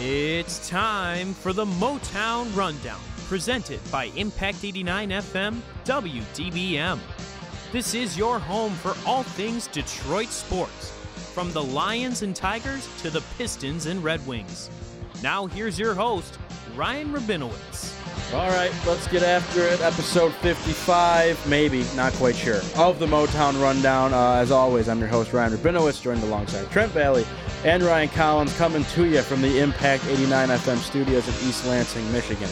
It's time for the Motown Rundown, presented by Impact 89 FM WDBM. This is your home for all things Detroit sports, from the Lions and Tigers to the Pistons and Red Wings. Now, here's your host, Ryan Rabinowitz. All right, let's get after it. Episode 55, maybe, not quite sure, of the Motown Rundown. Uh, as always, I'm your host, Ryan Rabinowitz, joined alongside Trent Valley and Ryan Collins, coming to you from the Impact 89 FM studios in East Lansing, Michigan.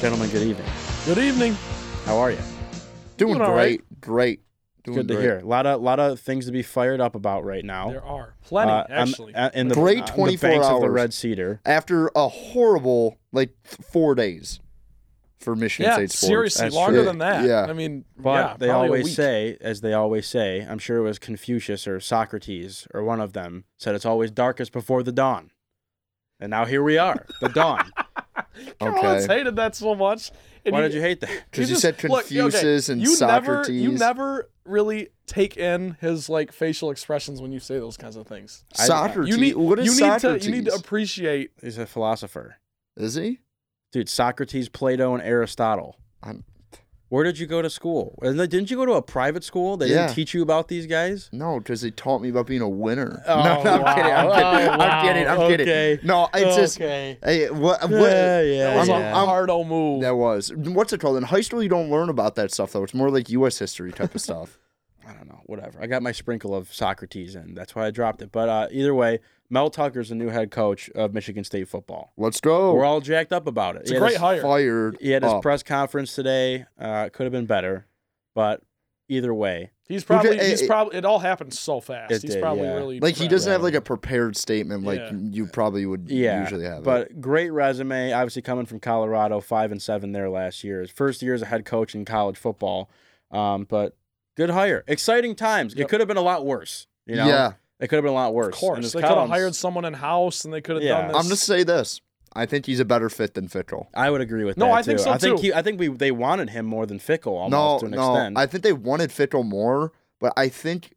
Gentlemen, good evening. Good evening. How are you? Doing Doing all great, right. great. Doing Good to great. hear. A lot of, lot of things to be fired up about right now. Oh. There are plenty, Uh, on- actually. uh, in the, Great on the 24 banks of the hours. Red Cedar. After a horrible like th- four days for Michigan yeah, State sports. seriously, That's longer true. than that. Yeah. I mean, But yeah, they probably a always week. say, as they always say, I'm sure it was Confucius or Socrates or one of them said, it's always darkest before the dawn. And now here we are, the dawn. Collins Okay. hated that so much. and Why he- did you hate that? Because you just- said look, okay, Confucius and you Socrates. Never, you never really take in his like facial expressions when you say those kinds of things. I- Socrates. You need, what is you need Socrates? to, you need to appreciate. He's a philosopher. is he? Dude, Socrates, Plato, and Aristotle. I'm, Where did you go to school? And then- Didn't you go to a private school? They Yeah. didn't teach you about these guys? no, because they taught me about being a winner. Oh, no, no, I'm wow. kidding. I'm kidding. Oh, I'm kidding. I'm wow. kidding. Okay. No, it's just. okay. Hey, what? what Yeah, yeah, That was I'm- a yeah. I'm- hard old move. that was. What's it called? In high school, you don't learn about that stuff though. It's more like U.S. history type of stuff. I don't know, whatever. I got my sprinkle of Socrates in. That's why I dropped it. But uh, either way, Mel Tucker's the new head coach of Michigan State football. Let's go. We're all jacked up about it. Oh. it's He a had great Oh. his- hire. fired. He had his up. press conference today. Uh, could have been better, but either way, He's probably. Look at- he's it- probably. It all happened so fast. It he's did, probably yeah. really Like he proud. doesn't have Right. like a prepared statement like Yeah. you probably would yeah, usually have. but it. great resume. Obviously, coming from Colorado, five and seven there last year. His first year as a head coach in college football. Um, but good hire, exciting times. It Yep. could have been a lot worse. You know, yeah, it could have been a lot worse. Of And course, as they could have Collins- hired someone in house, and they could have Yeah. done this. I'm just say this. I think he's a better fit than Fickle. I would agree with No, that. I think too. so, I think too. he, I think we they wanted him more than Fickle No, almost to an no, extent. I think they wanted Fickle more, but I think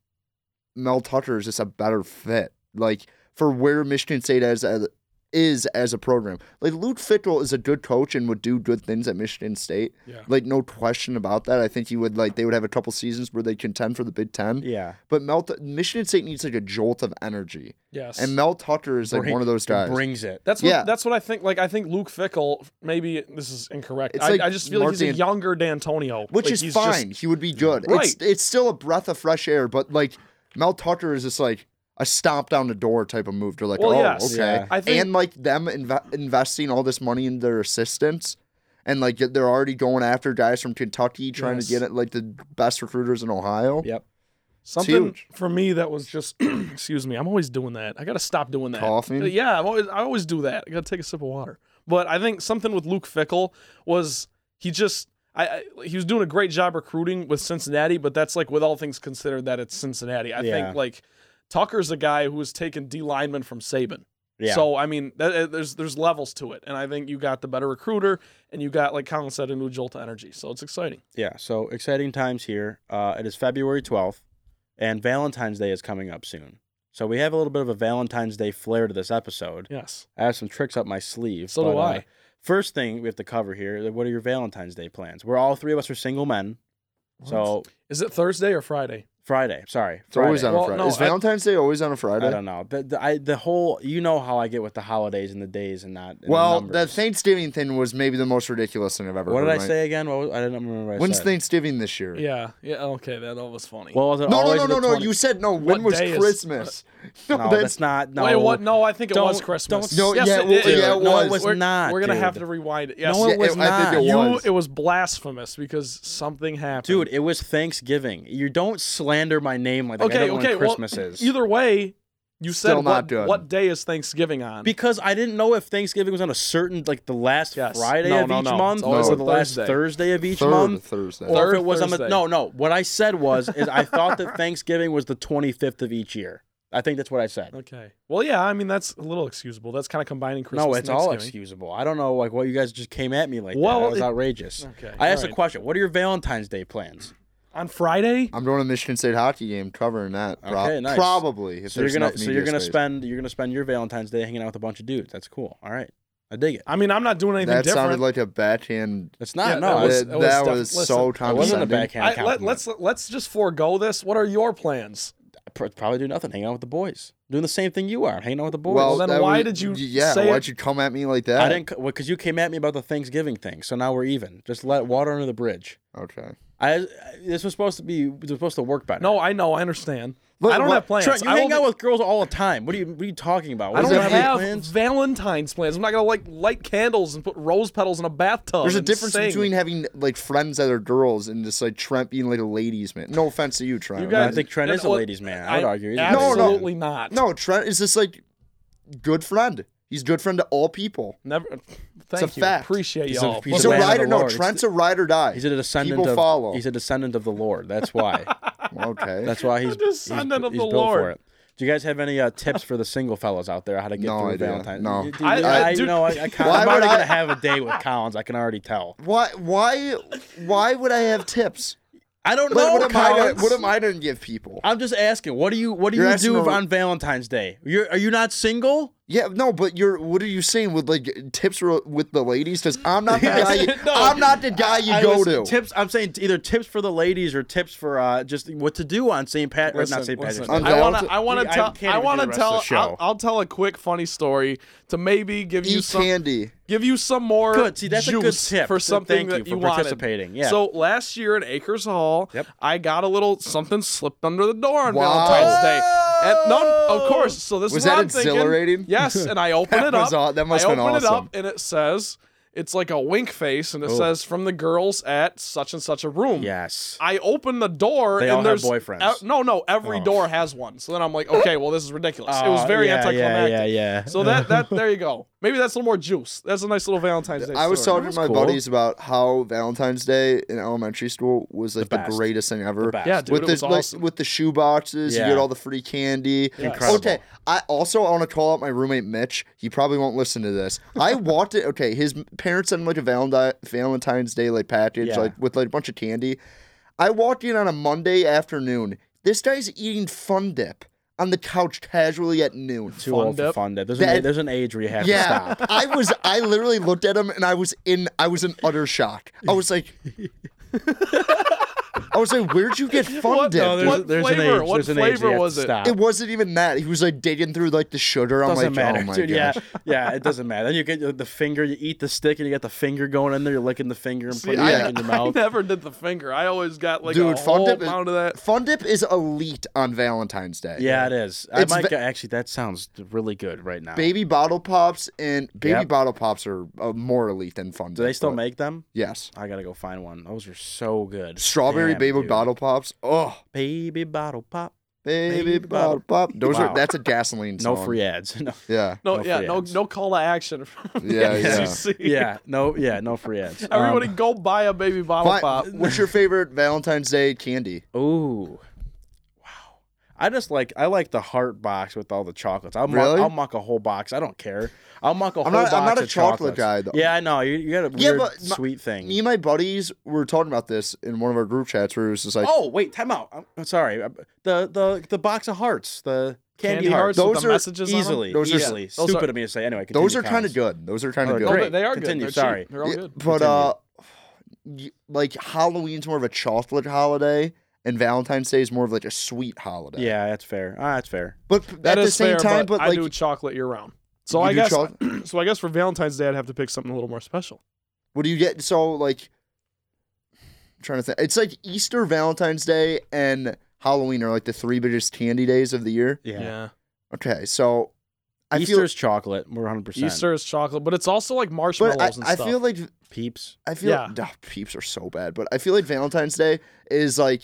Mel Tucker is just a better fit. Like for where Michigan State is as is as a program. Like Luke Fickle is a good coach and would do good things at Michigan State. Yeah. Like no question about that. I think he would like they would have a couple seasons where they contend for the Big Ten. yeah, But Mel Michigan State needs like a jolt of energy. yes. And Mel Tucker is like Bring- one of those guys. brings it. That's what, Yeah. that's what I think. Like I think Luke Fickle. Maybe this is incorrect. It's I, like I just feel like he's Martin- a younger D'Antonio, which Like, is he's fine. Just, he would be good. It's Right. it's still a breath of fresh air, but like Mel Tucker is just like a stomp down the door type of move. They're like, Well, oh, yes. okay. Yeah. I think- and like them inve- investing all this money in their assistants, and like they're already going after guys from Kentucky, trying Yes. to get it like the best recruiters in Ohio. Yep. something huge. for me that was just. excuse me. I'm always doing that. I gotta stop doing that. Uh, Coughing? Yeah, I'm always I always do that. I gotta take a sip of water. But I think something with Luke Fickle was he just. I, I, he was doing a great job recruiting with Cincinnati, but that's like with all things considered that it's Cincinnati. I Yeah. think like Tucker's a guy who was taking D lineman from Saban. Yeah. So I mean, that, uh, there's there's levels to it, and I think you got the better recruiter, and you got like Colin said, a new jolt of energy. So it's exciting. yeah. So exciting times here. Uh, it is February twelfth, and Valentine's Day is coming up soon. So we have a little bit of a Valentine's Day flair to this episode. Yes. I have some tricks up my sleeve. So do but, uh, I. first thing we have to cover here: what are your Valentine's Day plans? We're all three of us are single men, so Is it Thursday or Friday? Friday. Sorry, It's always Friday. on a Well, Friday. no, is I- Valentine's Day always on a I Friday? don't know. The, the, I, the whole you know how I get with the holidays and the days and not. and the Well, the numbers. Thanksgiving thing was maybe the most ridiculous thing I've ever What heard. did I right? say again? What was, I didn't remember. What I When's said. Thanksgiving this year? Yeah. Yeah. Okay. That, that was funny. Well, was it No, no, always no, the no, no. 20 You said no. What When was day is- Christmas? No, that's, not. No, Wait. What? No, I think it was Don't- Christmas. don't- No, yeah, it- dude, yeah, it no, was. it was we're, not. We're gonna dude. have to rewind it. Yes. No, it Yeah, was it- I not. think it you. was. It was blasphemous because something happened. Dude, it was Thanksgiving. You don't slander my name like that. I okay. don't Okay. Know when Christmas well, is either way, you said Still not what, good. what day is Thanksgiving on? because I didn't know if Thanksgiving was on a certain like the last Yes. Friday No, of no, each no. It's month always or a the last Thursday. Thursday of each Third month. Thursday. Or if Third it was on the Thursday. no, no. What I said was is I thought that Thanksgiving was the 25th of each year. I think that's what I said. okay. Well, yeah. I mean, that's a little excusable. That's kind of combining Christmas. No, and it's all Thanksgiving. excusable. I don't know like what you guys just came at me like that. Well, that. was it- outrageous. Okay, I asked a alright. question. What are your Valentine's Day plans? on Friday. I'm doing a Michigan State hockey game covering that. Pro- Okay, nice. Probably. If So you're there's gonna enough so you're media gonna space. spend you're gonna spend your Valentine's Day hanging out with a bunch of dudes. That's cool. All right, I dig it. I mean, I'm not doing anything That different. sounded like a backhand. It's not no. Yeah, that That was- was, it's- that was that def- was listen, so it wasn't a condescending. backhand I, compliment. let, let's let's just forego this. What are your plans? Pr- probably do nothing. Hang out with the boys. Doing the same thing you are. Hanging out with the boys. Well, then that why was- did you Yeah, say why'd it? you come at me like that? I didn't because you came at me about the Thanksgiving thing. So now we're even. Just let water under the bridge. Okay. I, I this was supposed to be this was supposed to work better. No, I know, I understand. Look, I don't what- have plans. Trent, you I hang won't out be- with girls all the time. What are you What are you talking about? I What, don't do you have, any Valentine's plans. I'm not gonna like light candles and put rose petals in a bathtub. There's a and difference sing. between having like friends that are girls and just like Trent being like a ladies man. No offense to you, Trent. You I guys- don't think Trent and- is a well, ladies' man. I would argue. he's a ladies' man. Absolutely not. no, Trent is just like good friend. He's good friend to all people. Never. uh, Thank a you. fact. Appreciate He's a- y'all. he's He's, a a man of the ride or no. Lord. It's Trent's the- a ride or die. He's a descendant people of. follow. He's a descendant of the Lord. That's why. okay. That's why he's he's- descendant of he's the built for Lord. it. Do you guys have any uh, tips for the single fellas out there how to get No through idea. Valentine's? No. You- I- you- I- I, dude- know. I, I can't, Why I'm would already I- gonna have a day with Collins. I can already tell. why? Why? Why would I have tips? I don't Like, know. what, am I Collins. to, what am I to give people? I'm just asking. What do you What do You're you asking do a- on Valentine's Day? You're, are you not single? Yeah, no, but you're. What are you saying with like tips re- with the ladies? Because I'm not the guy. You, No. I'm not the guy you I go was- to. Tips. I'm saying either tips for the ladies or tips for uh, just what to do on St. Pat. or Listen, Not St. Patrick's. listen. Day. I'm- I want to. I I want to tell. can't even I do want the to rest of the tell. show. I'll, I'll tell a quick funny story to maybe give you Eat some candy. give you some more Good. See, that's a good juice tip. for So something thank you that for wanted. participating, yeah. So last year in Acres Hall, Yep. I got a little something slipped under the door on Wow. Valentine's Day. And no, of course. So this Was is what that I'm thinking. exhilarating? Yes, and I open That it up. was aw- that must I have been open it awesome. up, and it says it's like a wink face, and it Oh. says from the girls at such and such a room. Yes. I open the door They and all have there's boyfriends. e- no, no, every Oh. door has one. So then I'm like, okay, well this is ridiculous. it was Oh, very yeah, yeah, anticlimactic. yeah, yeah. So that that there you go. Maybe that's a little more juice. That's a nice little Valentine's Day. I was story. talking to my cool. buddies about how Valentine's Day in elementary school was like the, best. greatest thing ever. best. Yeah, dude, with it the was like, awesome. with the shoe boxes, Yeah. you get all the free candy. Incredible. Okay, I also want to call out my roommate Mitch. He probably won't listen to this. I walked it. Okay, his parents sent him like a Valentine Valentine's Day like package, Yeah. like with like a bunch of candy. I walked in on a Monday afternoon. This guy's eating Fun Dip on the couch casually at noon. Too Fun old for dip. fun dip. There's, an, That- there's an age where you have to Yeah, stop. I was. I literally looked at him and I was in. I was in utter shock. I was like, I was like, where'd you get fun What- dip? no, dude?" There's, What there's flavor- an age. what there's an age flavor you have was to it? stop. It wasn't even that. He was like digging through like the sugar. I'm doesn't like, matter, oh my dude. gosh. Yeah, yeah, it doesn't matter. Then you get your- the finger, you eat the stick, and you got the finger going in there. You're licking the finger and putting it I- back in your I mouth. never did the finger. I always got like Dude, a Fun whole Dip is- pound of that. Fun dip is elite on Valentine's Day. Yeah, it is. I It's might ve- go- actually. That sounds really good right now. Baby bottle pops and baby Yep. bottle pops are uh, more elite than fun. Do they still make them? Yes. I gotta go find one. Those are so good. Strawberry Damn, baby dude. bottle pops. Oh, Baby bottle pop. baby, Baby bottle pop. Those Wow. are that's a gasoline No song. free ads. No. Yeah. No, No yeah, free no, ads. no call to action. From Yeah, the yeah. SEC. Yeah. No. Yeah. No free ads. Um, Everybody, go buy a baby bottle Fi- pop. What's your favorite Valentine's Day candy? Um, Ooh. Wow. I just like I like the heart box with all the chocolates. I'll, muck, Really? I'll muck a whole box. I don't care. I'll muck a whole not- box. I'm not a of chocolate chocolates. guy, though. Yeah, I know. You, you got a Yeah, weird but my- sweet thing. Me and my buddies were talking about this in one of our group chats where it was just like, oh wait, time out. I'm, I'm sorry. The the the box of hearts. The candy, Candy hearts. hearts. Those with the are messages on 'em? easily. Those are- easily. those are- Stupid of me to say. Anyway, those continue, are kind Collins. of good. Those are kind Oh, of they're good. No, great. they, they are Continue, good. They're cheap. sorry. They're all Yeah, good. But uh, y- like Halloween's more of a chocolate holiday, and Valentine's Day is more of like a sweet holiday. Yeah, that's fair. Ah, that's fair. But p- at That the is same fair, time, but, I like do chocolate year round. So You I do guess, choc- so I guess for Valentine's Day, I'd have to pick something a little more special. what do you get? So like, I'm trying to think, it's like Easter, Valentine's Day, and Halloween are like the three biggest candy days of the year. Yeah. Okay, so I Easter's chocolate. We're 100 percent Easter is chocolate, but it's also like feel, marshmallows but I, and I stuff. feel like peeps. I feel Yeah. Ugh, peeps are so bad, but I feel like Valentine's Day is like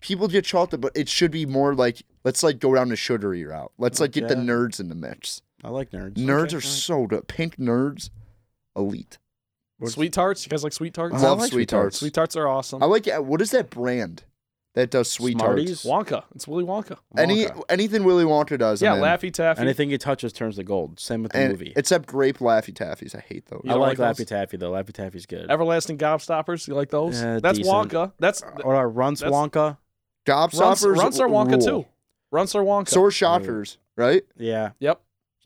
people get chocolate, but it should be more like let's like go down the sugary route. Let's like get the Okay. nerds in the mix. I like nerds. Nerds Okay. are so good. Pink nerds, elite. sweet tarts. You guys like sweet tarts? I love like sweet tarts. Sweet tarts are awesome. I like uh, what is that brand? that does sweet Smarties? tarts. Wonka. It's Willy Wonka. Any Wonka. anything Willy Wonka does. Yeah, man. Laffy Taffy. Anything he touches turns to gold. Same with the And- movie. Except grape Laffy Taffies. I hate those. You I don't like, like Laffy those? Taffy though. Laffy Taffy's good. Everlasting Gobstoppers. You like those? Eh, That's decent. Wonka. That's or uh, Runts That's- Wonka. Runts, Gobstoppers. Runts are Wonka rule. too. Runts are Wonka. So are Shockers, right? Yeah, yep.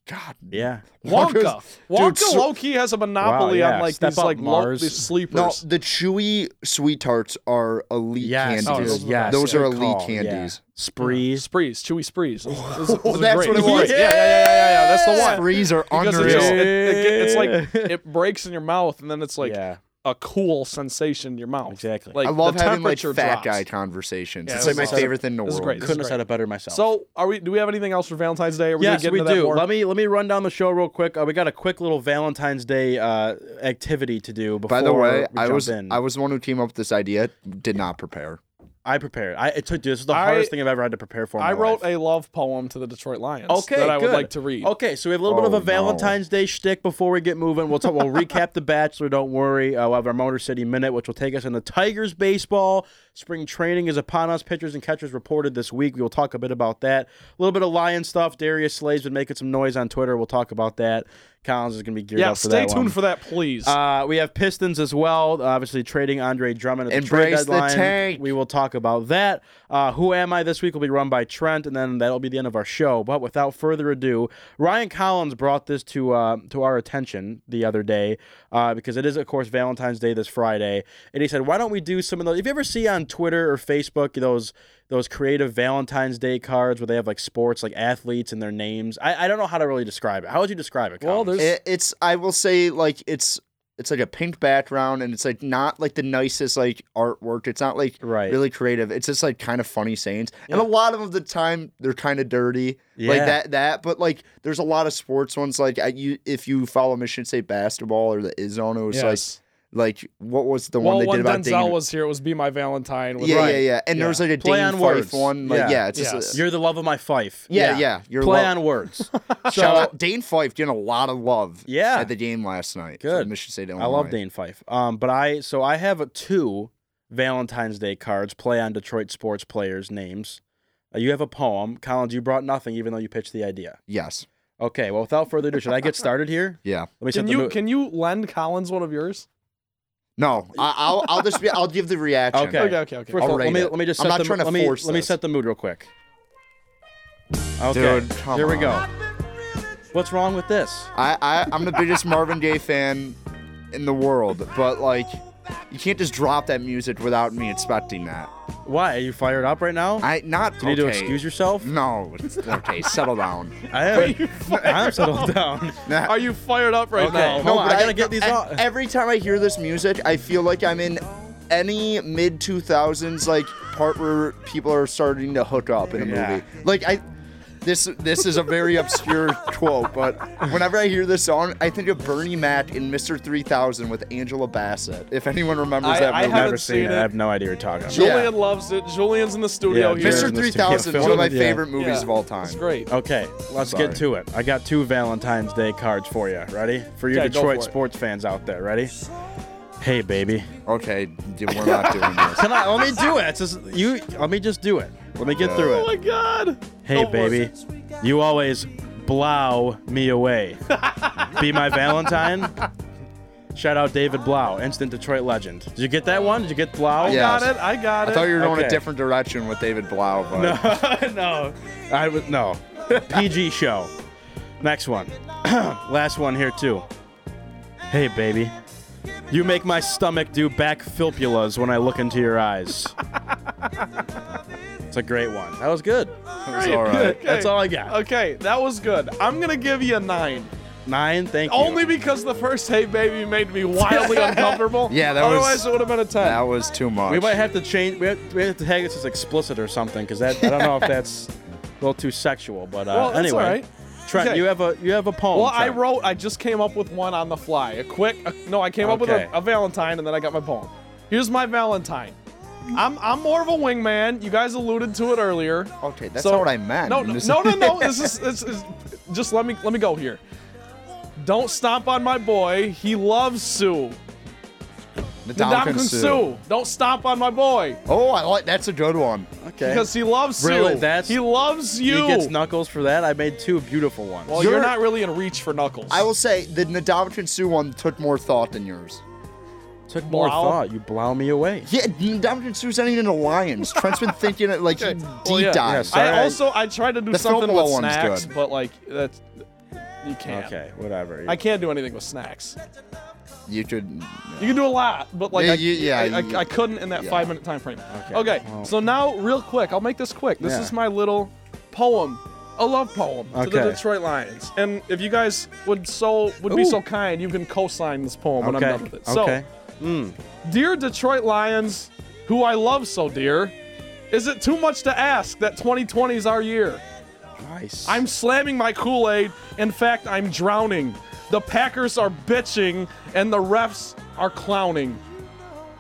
God. yeah. Wonka. Wonka's- Dude, Wonka so- low key has a monopoly Wow, yeah. on like Step these up, like low- Mars. these No, sleepers. the chewy sweet tarts are elite Yes, Oh, candies. dude, those are the yes. best. Those are good elite call, yeah. candies. Sprees. Sprees, Chewy Sprees. Those- those- Oh, those are that's great. what it was. Yeah, yeah, yeah, yeah, yeah, yeah. That's the one. Freeze are Because it unreal. just- it- it get- it's like it breaks in your mouth, and then it's like yeah, a cool sensation in your mouth. exactly. Like I love the having like temperature fat drops. guy conversations. Yeah, it's this like my is awesome. favorite thing in the This is world. great. Couldn't have great. said it better myself. So, are we? Do we have anything else for Valentine's Day? Are we yes, gonna get we into that do. more? Let me let me run down the show real quick. Uh, we got a quick little Valentine's Day uh, activity to do. Before By the way, we I jump was in. I was the one who came up with this idea. Did not prepare. I prepared. I it took. Dude, this is the I- hardest thing I've ever had to prepare for. in I my wrote life. a love poem to the Detroit Lions. Okay, that I good. would like to read. Okay, so we have a little bit of Oh, a Valentine's Day shtick before we get moving. We'll talk, we'll recap the Bachelor. Don't worry. Uh, we'll have our Motor City Minute, which will take us into Tigers baseball. Spring training is upon us. Pitchers and catchers reported this week. We will talk a bit about that. A little bit of Lion stuff. Darius Slade's been making some noise on Twitter. We'll talk about that. Collins is going to be geared yeah, up for stay that tuned one. for that, please. Uh, we have Pistons as well. Uh, Obviously, trading Andre Drummond at the trade Embrace the deadline. tank. We will talk about that. Uh, Who am I this week will be run by Trent, and then that'll be the end of our show. But without further ado, Ryan Collins brought this to uh, to our attention the other day uh, because it is, of course, Valentine's Day this Friday, and he said, "Why don't we do some of those? If you ever see on Twitter or Facebook those." Those creative Valentine's Day cards where they have like sports, like athletes and their names. I, I don't know how to really describe it. How would you describe it? Well, Collins? there's- It, it's I will say like it's it's like a pink background and it's like not like the nicest like artwork. It's not like Right. really creative. It's just like kind of funny sayings. And a lot of the time they're kind of dirty. Like Yeah. that that but like there's a lot of sports ones like I, you if you follow Michigan State basketball or the Izone it was yes. like like what was the well, one they when did about Denzel Dane? was here, it was "Be My Valentine." With yeah, Ryan. yeah, yeah. And there was like a Play Dane on words. Fife one. Like, Yeah. yeah, it's Yes. just a, You're the love of my fife. yeah, yeah, You're Play lo- on words. so Shout out Dane Fife getting a lot of love Yeah. at the game last night. for Good. Michigan State I love Illinois. Dane Fife. Um, but I so I have a two Valentine's Day cards. Play on Detroit sports players' names. Uh, you have a poem, Collins. You brought nothing, even though you pitched the idea. Yes. Okay. Well, without further ado, should I get started here? Yeah. Let me set Can the you mood. can you lend Collins one of yours? No, I, I'll I'll just be, I'll give the reaction. Okay. Okay, okay, okay. First of I'll all, let rate me it. let me just I'm set not the trying to let me force let me this. set the mood real quick. Okay. Dude, come here we go. on. What's wrong with this? I, I I'm the biggest Marvin Gaye fan in the world, but like, you can't just drop that music without me expecting that. Why are you fired up right now? I Mm. not. Do you need to excuse yourself? No. it's- Okay. settle down. I am. I'm settled down. Are you fired up right Okay. now? No. Hold on, but I gotta get these e- off. Every time I hear this music, I feel like I'm in any mid 2000s like part where people are starting to hook up in a Yeah. movie. Like I this this is a very obscure quote, but whenever I hear this song, I think of Bernie Mac in Mr. 3000 with Angela Bassett. If anyone remembers I- that I movie. haven't Never seen seen it. it. I have no idea what you're talking about. Yeah. Julian loves it. Julian's in the studio Yeah, here. Julian- Mr. Mr. 3000, Kim one of my Phillips, yeah. favorite movies Yeah. of all time. It's great. Okay, let's get to it. I got two Valentine's Day cards for you. Ready? For you Okay, go Detroit for it. sports fans out there, ready? Hey, baby. Okay, dude, we're not doing this. Can I? Let me do it. It's just, you. Let me just do it. Let me get Oh through my it. God. Hey, Don't listen. baby. You always blow me away. Be my Valentine. Shout out David Blau, instant Detroit legend. Did you get that one? Did you get Blau? Yeah. Got it. I got it. I thought you were going Okay. a different direction with David Blau, but no, I was no. PG show. Next one. Last one here too. Hey baby, you make my stomach do back filpulas when I look into your eyes. it's a great one. That was good. it was all right. Okay. That's all I got. Okay, that was good. I'm gonna give you a nine, Nine. Thank you. only because the first "Hey Baby" made me wildly uncomfortable. Yeah, that was- Otherwise, it would have been a ten. That was too much. we might have to change. We have, we have to tag this as explicit or something because that I don't know if that's a little too sexual. But uh, Well, that's anyway, Oh, all right. Trent, Okay. you have a you have a poem. well, I Trent. wrote. I just came up with one on the fly. A quick. A, no, I came up with Okay. a, a Valentine, and then I got my poem. Here's my Valentine. I'm I'm more of a wingman. You guys alluded to it earlier. Okay, that's So- not what I meant. No, no, This- no, no, no. This is this is. Just let me let me go here. Don't stomp on my boy. He loves Sue. Nadam Ndamukong Suh. Kunsu. Don't stomp on my boy Oh, I like that's a good one. Okay. because he loves Really? you. That's- he loves he you. gets knuckles for that. I made two beautiful ones. well, you're, You're- not really in reach for Knuckles. I will say the Ndamukong Suh one took more thought than yours. Took more Blow. thought. You blow me away. Yeah, Ndamukong Suh's not even in Alliance. Trent's been thinking it like he deep Well, yeah. dives. Yeah, Sorry, I- I also I tried to do The something Filipino with one's snacks, good. but like that's you can't. Okay, whatever. I can't do anything with snacks. You could. You can do a lot, but like Yeah, I, you- yeah, I, you- I, I couldn't in that yeah. five minute time frame. Okay, Okay. well- so now, real quick, I'll make this quick. This Yeah. is my little poem, a love poem to the Okay. Detroit Lions. And if you guys would so would be Ooh. so kind, you can co-sign this poem when I'm okay. done with it. So, Okay. Dear Detroit Lions, who I love so dear, is it too much to ask that 2020 is our year? Nice. I'm slamming my Kool Aid. In fact, I'm drowning. The Packers are bitching and the refs are clowning.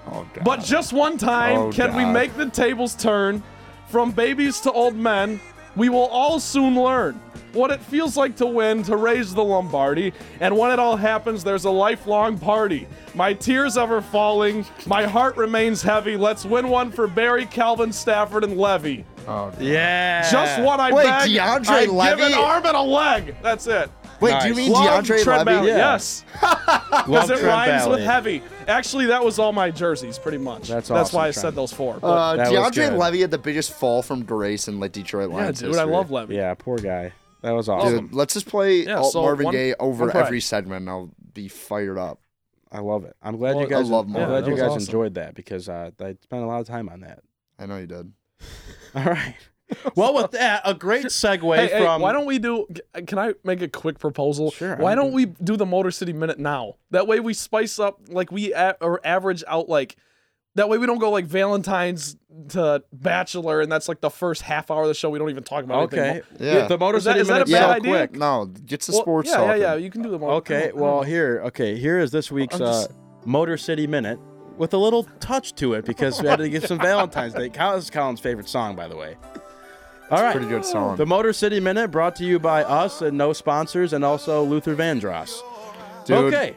Oh, God. But just one time, Oh, can we God. make the tables turn? From babies to old men, we will all soon learn what it feels like to win, to raise the Lombardi. And when it all happens, there's a lifelong party. My tears ever falling, my heart remains heavy. Let's win one for Barry, Calvin, Stafford, and Levy. Yeah. Just one I Wait, beg, DeAndre I give Levy? an arm and a leg. That's it. Wait, do you Nice. mean Love DeAndre Trent Levy? Ballard, Yeah. Yes. Love Because it Trent rhymes Ballard. with heavy. Actually, that was all my jerseys, pretty much. That's That's awesome, why I said Trent. those four. but- Uh, That was DeAndre good. Levy had the biggest fall from grace in like Detroit yeah, Lions. dude, I history. love Levy. Yeah, poor guy. That was awesome. Dude, let's just play Yeah, all- so Marvin one- Gaye over one pride. every segment. and I'll be fired up. I love it. I'm glad Well, you guys. I love I'm Marvin. glad Yeah, you that guys was awesome. enjoyed that because uh, I spent a lot of time on that. I know you did. All right. Well, with that, a great segue Hey, hey, from. why don't we do? g- Can I make a quick proposal? Sure, Why I'm don't we do the Motor City Minute now? That way we spice up, like we a- or average out, like that way we don't go like Valentine's to Bachelor, and that's like the first half hour of the show. We don't even talk about okay. anything. Yeah. The Motor Is that- City is that a Minute's bad so idea? quick. No, get to Well, sports yeah, talking. yeah, yeah. You can do the Motor. Okay. Well, here. Okay. Here is this week's I'm just- uh, Motor City Minute with a little touch to it because we had to give some Valentine's Day. Col- This is Colin's favorite song, by the way. All right. Pretty good song. The Motor City Minute brought to you by us and no sponsors and also Luther Vandross. Dude. Okay.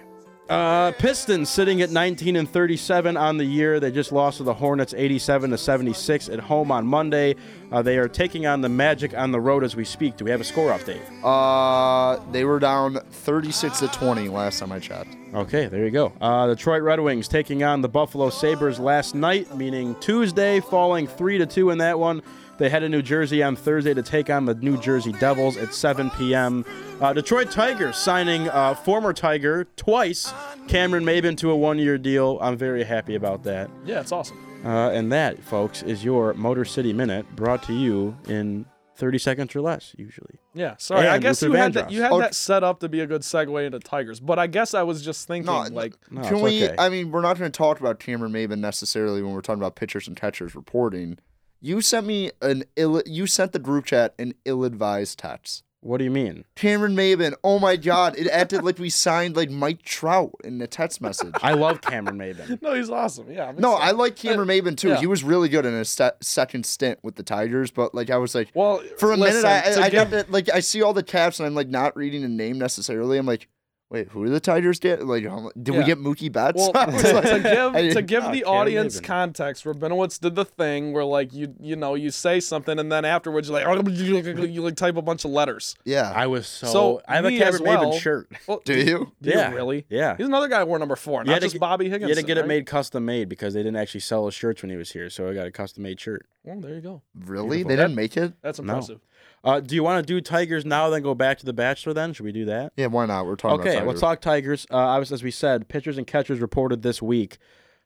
Uh, Pistons sitting at 19 and 37 on the year. They just lost to the Hornets 87 to 76 at home on Monday. Uh, they are taking on the Magic on the road as we speak. Do we have a score update? Uh, they were down 36 to 20 last time I checked. Okay, there you go. Uh, Detroit Red Wings taking on the Buffalo Sabers last night, meaning Tuesday, falling three to two in that one. They head to New Jersey on Thursday to take on the New Jersey Devils at 7 p.m. Uh, Detroit Tigers signing uh, former Tiger twice, Cameron Maben to a one-year deal. I'm very happy about that. Yeah, it's awesome. Uh, and that, folks, is your Motor City Minute brought to you in 30 seconds or less, usually. Yeah. Sorry, I And guess Luther you had Vandross. that. You had Oh, that set up to be a good segue into Tigers, but I guess I was just thinking No, like. No, can it's we? okay. I mean, we're not going to talk about Cameron Maben necessarily when we're talking about pitchers and catchers reporting. You sent me an ill. You sent the group chat an ill-advised text. What do you mean? Cameron Maben. Oh my God! It acted like we signed like Mike Trout in the text message. I love Cameron Maben. No, he's awesome. Yeah. I'm No, excited. I like Cameron Maben too. yeah. He was really good in his se- second stint with the Tigers, but like I was like, Well, for a listen, minute, to I, I, I give- got that like I see all the caps and I'm like not reading the name necessarily. I'm like, wait, who do the Tigers get? Like, how mu- did Yeah. we get Mookie Betts? Well, I to, was like- to give I- to give Oh, the Cameron audience Maybin. context, Rabinowitz did the thing where like you you know you say something and then afterwards you're like you like type a bunch of letters. yeah, I was so. So, I have a me Cameron as well. Maben shirt. Well, do you? do you Yeah, really? yeah. He's another guy who wore number four, had not to just get- Bobby You Higgins. had to get it made custom made because they didn't actually sell his shirts when he was here, so I got a custom made shirt. Well, there you go. Really? They didn't make it? That's No. impressive. Uh, do you want to do Tigers now, then go back to the Bachelor? Then should we do that? Yeah, why not? We're talking Okay, about let's Tigers. talk Tigers. Uh, obviously, as we said, pitchers and catchers reported this week.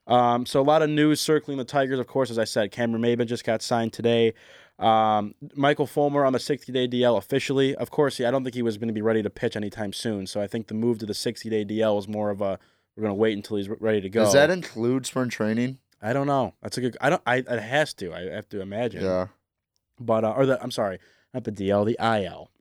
Um, so a lot of news circling the Tigers. Of course, as I said, Cameron Maben just got signed today. Um, Michael Fulmer on the 60-day DL officially. Of course, he, I don't think he was going to be ready to pitch anytime soon. So I think the move to the 60-day DL was more of a we're going to wait until he's re- ready to go. Does that include spring training? I don't know. That's a good. I don't. I it has to. I have to imagine. Yeah, But uh, or the I'm sorry, not the DL, the IL.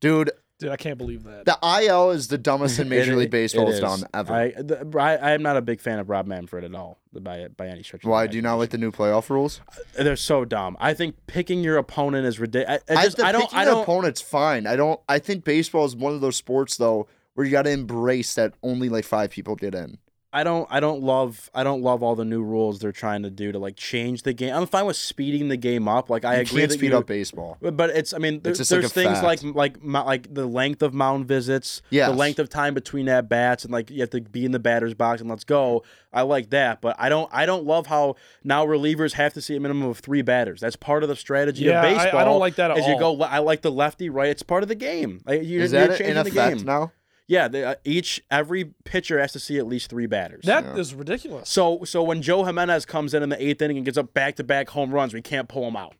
dude. Dude, I can't believe that. The IL is the dumbest in Major It- League Baseball it has is. done ever. I, the, I I am not a big fan of Rob Manfred at all by by any stretch. of the Why do you not like the new playoff rules? imagination. They're so dumb. I think picking your opponent is ridiculous. I, I, just, the I don't. picking I your don't. opponent's fine. I don't. I think baseball is one of those sports though where you got to embrace that only like five people get in. I don't I don't love I don't love all the new rules they're trying to do to like change the game. I'm fine with speeding the game up. Like I you agree can't that speed you, up baseball. But but it's I mean there, It's just like there's a things like fact. like mo- like the length of mound visits, yeah, the Yes. length of time between at bats, and like you have to be in the batter's box and let's go. I like that, but I don't I don't love how now relievers have to see a minimum of three batters. That's part of the strategy Yeah, I- I of don't baseball. like that at as you all. go. le- I like the lefty right. It's part of the game. Like, you're, Is that you're in changing the effect game. now? Yeah, they, uh, each every pitcher has to see at least three batters. That is ridiculous. So so when Joe Jimenez comes in in the eighth inning and gets up back to back home runs, we can't pull him out.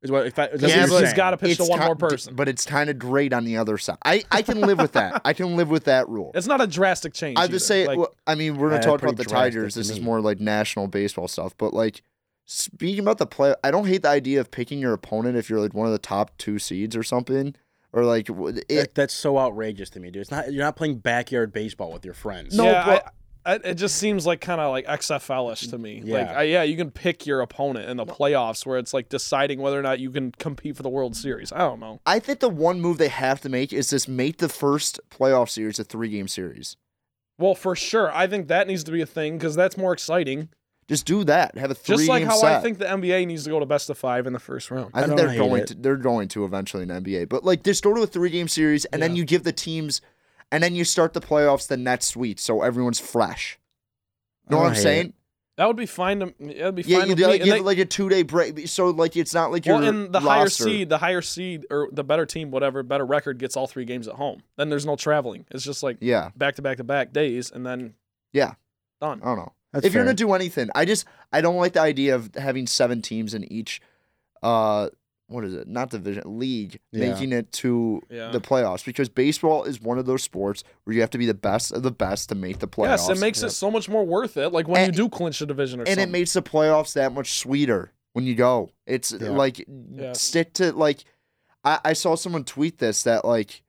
Is what, if I, is that what Yeah, you're but- saying? he's got to pitch to It's one ki- more person. but it's kind of great on the other side. I, I can live with that. I can live with that rule. It's not a drastic change. I would either. say, Like, well, I mean, we're Yeah, gonna talk pretty about the drastic Tigers. to This is me. more like national baseball stuff, but like speaking about the play, I don't hate the idea of picking your opponent if you're like one of the top two seeds or something, or like w- That- it, that's so outrageous to me, dude. It's not you're not playing backyard baseball with your friends. No, yeah, but- I, I, it just seems like kind of like XFL-ish to me. Like, Yeah. I, yeah, you can pick your opponent in the playoffs, where it's like deciding whether or not you can compete for the World Series. I don't know. I think the one move they have to make is just make the first playoff series a three game series. Well, for sure, I think that needs to be a thing because that's more exciting. Just do that. Have a three Just like game how set. I think the NBA needs to go to best of five in the first round. I I think don't they're hate going it. to they're going to eventually in the NBA. But like just go to a three game series and then Yeah. you give the teams and then you start the playoffs the next week so everyone's fresh. You know I what don't I'm hate saying? it. That would be fine. To, that'd be Yeah, fine you with do, me. like, And give they- it, like a two day break. So like it's not like well, you're and the higher seed, the higher seed or the better team, whatever, better record gets all three games at home. Then there's no traveling. It's just like Yeah, back to back to back days, and then yeah. Uh, done. I don't know. That's if you're fair. gonna do anything, I just I don't like the idea of having seven teams in each. Uh, what is it? Not division league, Yeah. making it to Yeah. the playoffs because baseball is one of those sports where you have to be the best of the best to make the playoffs. Yes, it makes it so much more worth it. Like when And- you do clinch a division or and something. it makes the playoffs that much sweeter when you go. It's Yeah. like stick to like I, I saw someone tweet this that like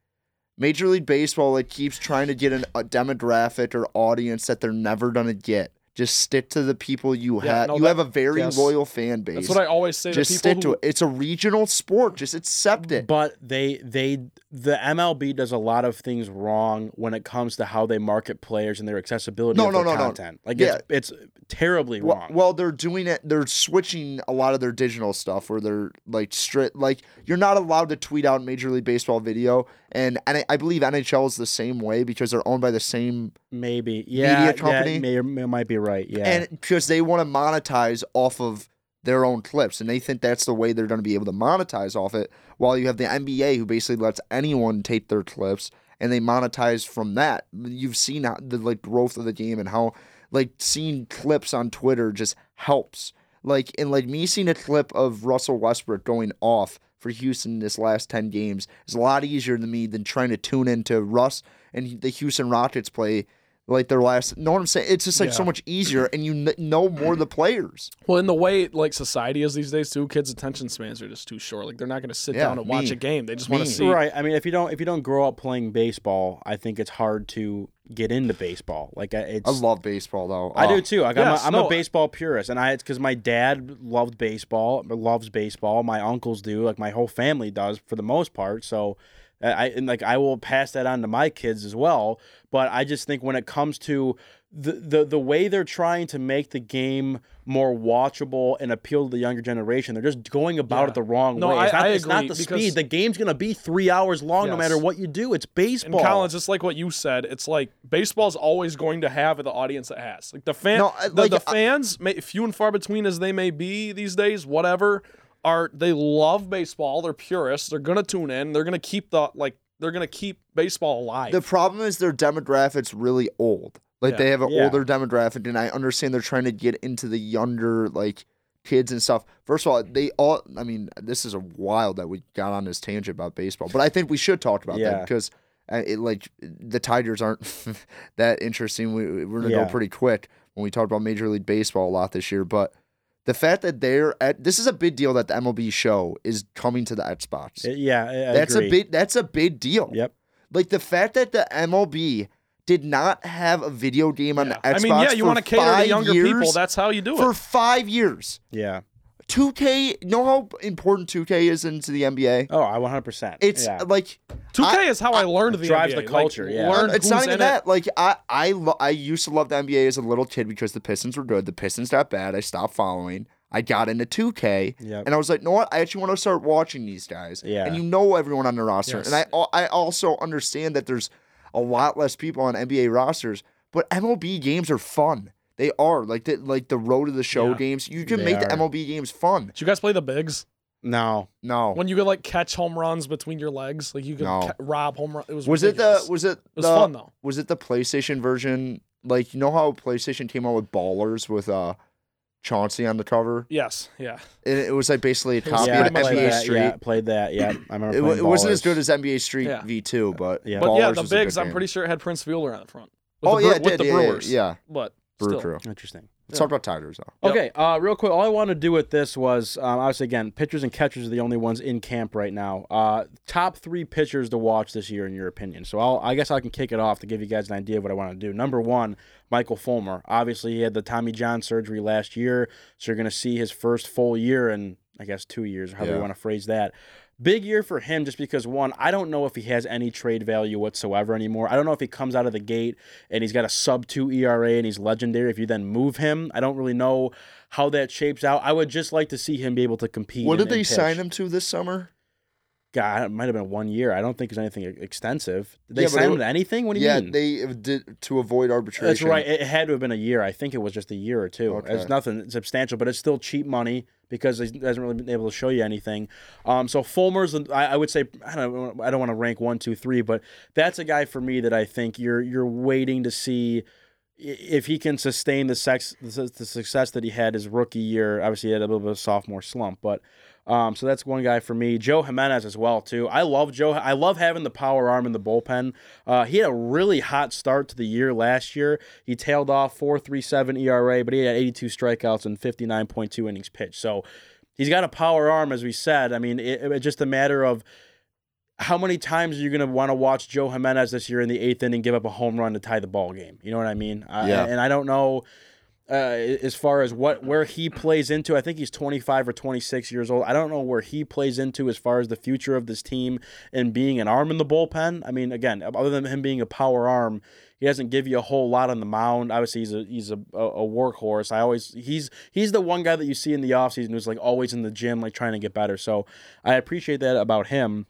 Major League Baseball like keeps trying to get an, a demographic or audience that they're never gonna get. Just stick to the people you Yeah, have. no, you that- have a very yes. loyal fan base. That's what I always say Just to people. stick to who- it. It's a regional sport. Just accept it. But they they the MLB does a lot of things wrong when it comes to how they market players and their accessibility No, of no, their no, no. content. Like Yeah. it's it's terribly Well- wrong. Well, they're doing it. They're switching a lot of their digital stuff where they're like straight. Like you're not allowed to tweet out Major League Baseball video, and and I- I believe NHL is the same way because they're owned by the same Maybe yeah, yeah, company? may or may, might be right. Yeah, and because they want to monetize off of their own clips, and they think that's the way they're going to be able to monetize off it. While you have the NBA who basically lets anyone take their clips and they monetize from that. You've seen how, the like growth of the game and how like seeing clips on Twitter just helps. Like and like me seeing a clip of Russell Westbrook going off for Houston this last ten games is a lot easier to me than trying to tune into Russ and the Houston Rockets play like their last. Know what I'm saying? It's just like so Yeah. much easier, and you kn- know more of the players. Well, in the way like society is these days too, kids' attention spans are just too short. Like they're not going to sit Yeah, down and watch me. a game. They just want Me. to see. Right. I mean, if you don't if you don't grow up playing baseball, I think it's hard to get into baseball. Like I- it's. I love baseball though. I Oh, do too. Like, I'm, Yes, a, I'm no, a baseball purist, and I it's because my dad loved baseball, loves baseball. My uncles do, like my whole family does for the most part. So, uh, I and like I will pass that on to my kids as well. But I just think when it comes to the the the way they're trying to make the game more watchable and appeal to the younger generation, they're just going about Yeah. it the wrong No, way. It's I- not, I it's not agree, the because- speed. The game's gonna be three hours long no Yes. matter what you do. It's In baseball. college, it's like what you said. It's like baseball's always going to have the audience it has. Like the fan, No, I- the, like, uh, the I- fans, may, few and far between as they may be these days, whatever, are they love baseball. They're purists. They're gonna tune in. They're gonna keep the like. They're gonna keep baseball alive. The problem is their demographic's really old. Like they Yeah. have an Yeah. older demographic, and I understand they're trying to get into the younger like kids and stuff. First of all, they all. I mean, this is a wild that we got on this tangent about baseball, but I think we should talk about that Yeah. because. uh, It, like the Tigers aren't that interesting. We, we're gonna Yeah. go pretty quick when we talk about Major League Baseball a lot this year, but the fact that they're at this is a big deal that the MLB show is coming to the Xbox. yeah, I- I that's agree. a big that's a big deal. Yep. Like the fact that the MLB did not have a video game on Yeah. the Xbox. I mean, yeah, you want wanna cater to younger people. That's how you do for it. five years. Yeah. 2K, know how important 2K is into the NBA? Oh, I 100. percent It's yeah. like 2K is how I, learned the drives NBA. the culture, Like, yeah. learn it's who's not even in that. It. Like I, I, lo- I used to love the NBA as a little kid because the Pistons were good. The Pistons got bad. I stopped following. I got into 2K, Yep. and I was like, you know what? I actually want to start watching these guys. Yeah. and you know everyone on the roster, Yes. and I, al- I also understand that there's a lot less people on NBA rosters, but MLB games are fun. They are like the like the road to the show Yeah. games. You can They make the are. MLB games fun. Did you guys play the bigs no. No, when you could like catch home runs between your legs? Like you could No. ca- rob home run. It was was it the ridiculous. was it It was the- fun though. was it the PlayStation version? Like you know how PlayStation came out with Ballers with uh Chauncey on the cover, Yes, yeah. and it was like basically a It was copy Yeah, I of pretty much played NBA that. Street. Yeah, played that. Yeah, I remember. It, wa- playing it wasn't as Ballers. good as NBA Street Yeah. V2, but Yeah. yeah, But yeah, Ballers the was a good bigs. I'm game. pretty sure it had Prince Fielder on the front. With Oh the yeah, Bre- it with did. the yeah, yeah, Brewers. yeah, but Brew still. Crew. Interesting. Let's talk about Tigers though. Yep. Okay, uh, real quick, all I wanted to do with this was um, obviously again, pitchers and catchers are the only ones in camp right now. Uh, top three pitchers to watch this year, in your opinion. So I'll, I guess I can kick it off to give you guys an idea of what I want to do. Number one, Michael Fulmer. Obviously, he had the Tommy John surgery last year, so you're going to see his first full year in, I guess, two years, or however you Yeah. want to phrase that. Big year for him just because one, I don't know if he has any trade value whatsoever anymore. I don't know if he comes out of the gate and he's got a sub two ERA and he's legendary. If you then move him, I don't really know how that shapes out. I would just like to see him be able to compete. What did and- they and pitch. sign him to this summer? God, it might have been one year. I don't think it's anything extensive. Did they Yeah, but sign it him to anything? What do you yeah, mean? they did to avoid arbitration. That's right. It had to have been a year. I think it was just a year or two. It's Okay. nothing substantial, but it's still cheap money because he hasn't really been able to show you anything. Um, so Fulmer's, I, I would say, I don't, I don't want to rank one, two, three, but that's a guy for me that I think you're you're waiting to see i- if he can sustain the sex the su- the success that he had his rookie year. Obviously, he had a little bit of a sophomore slump, but. Um, so that's one guy for me. Joe Jimenez as well too. I love Joe. I love having the power arm in the bullpen. Uh, he had a really hot start to the year last year. He tailed off 4.37 ERA, E but he had 82 strikeouts and 59.2 innings pitched. So he's got a power arm, as we said. I mean, it, it's just a matter of how many times are you going to want to watch Joe Jimenez this year in the eighth inning give up a home run to tie the ball game? You know what I mean? I- Yeah. and I don't know uh, as far as what where he plays into. I think he's 25 or 26 years old. I don't know where he plays into as far as the future of this team and being an arm in the bullpen. I mean, again, other than him being a power arm, he doesn't give you a whole lot on the mound. Obviously, he's a he's a, a a workhorse. I always he's he's the one guy that you see in the offseason who's like always in the gym, like trying to get better. So I appreciate that about him.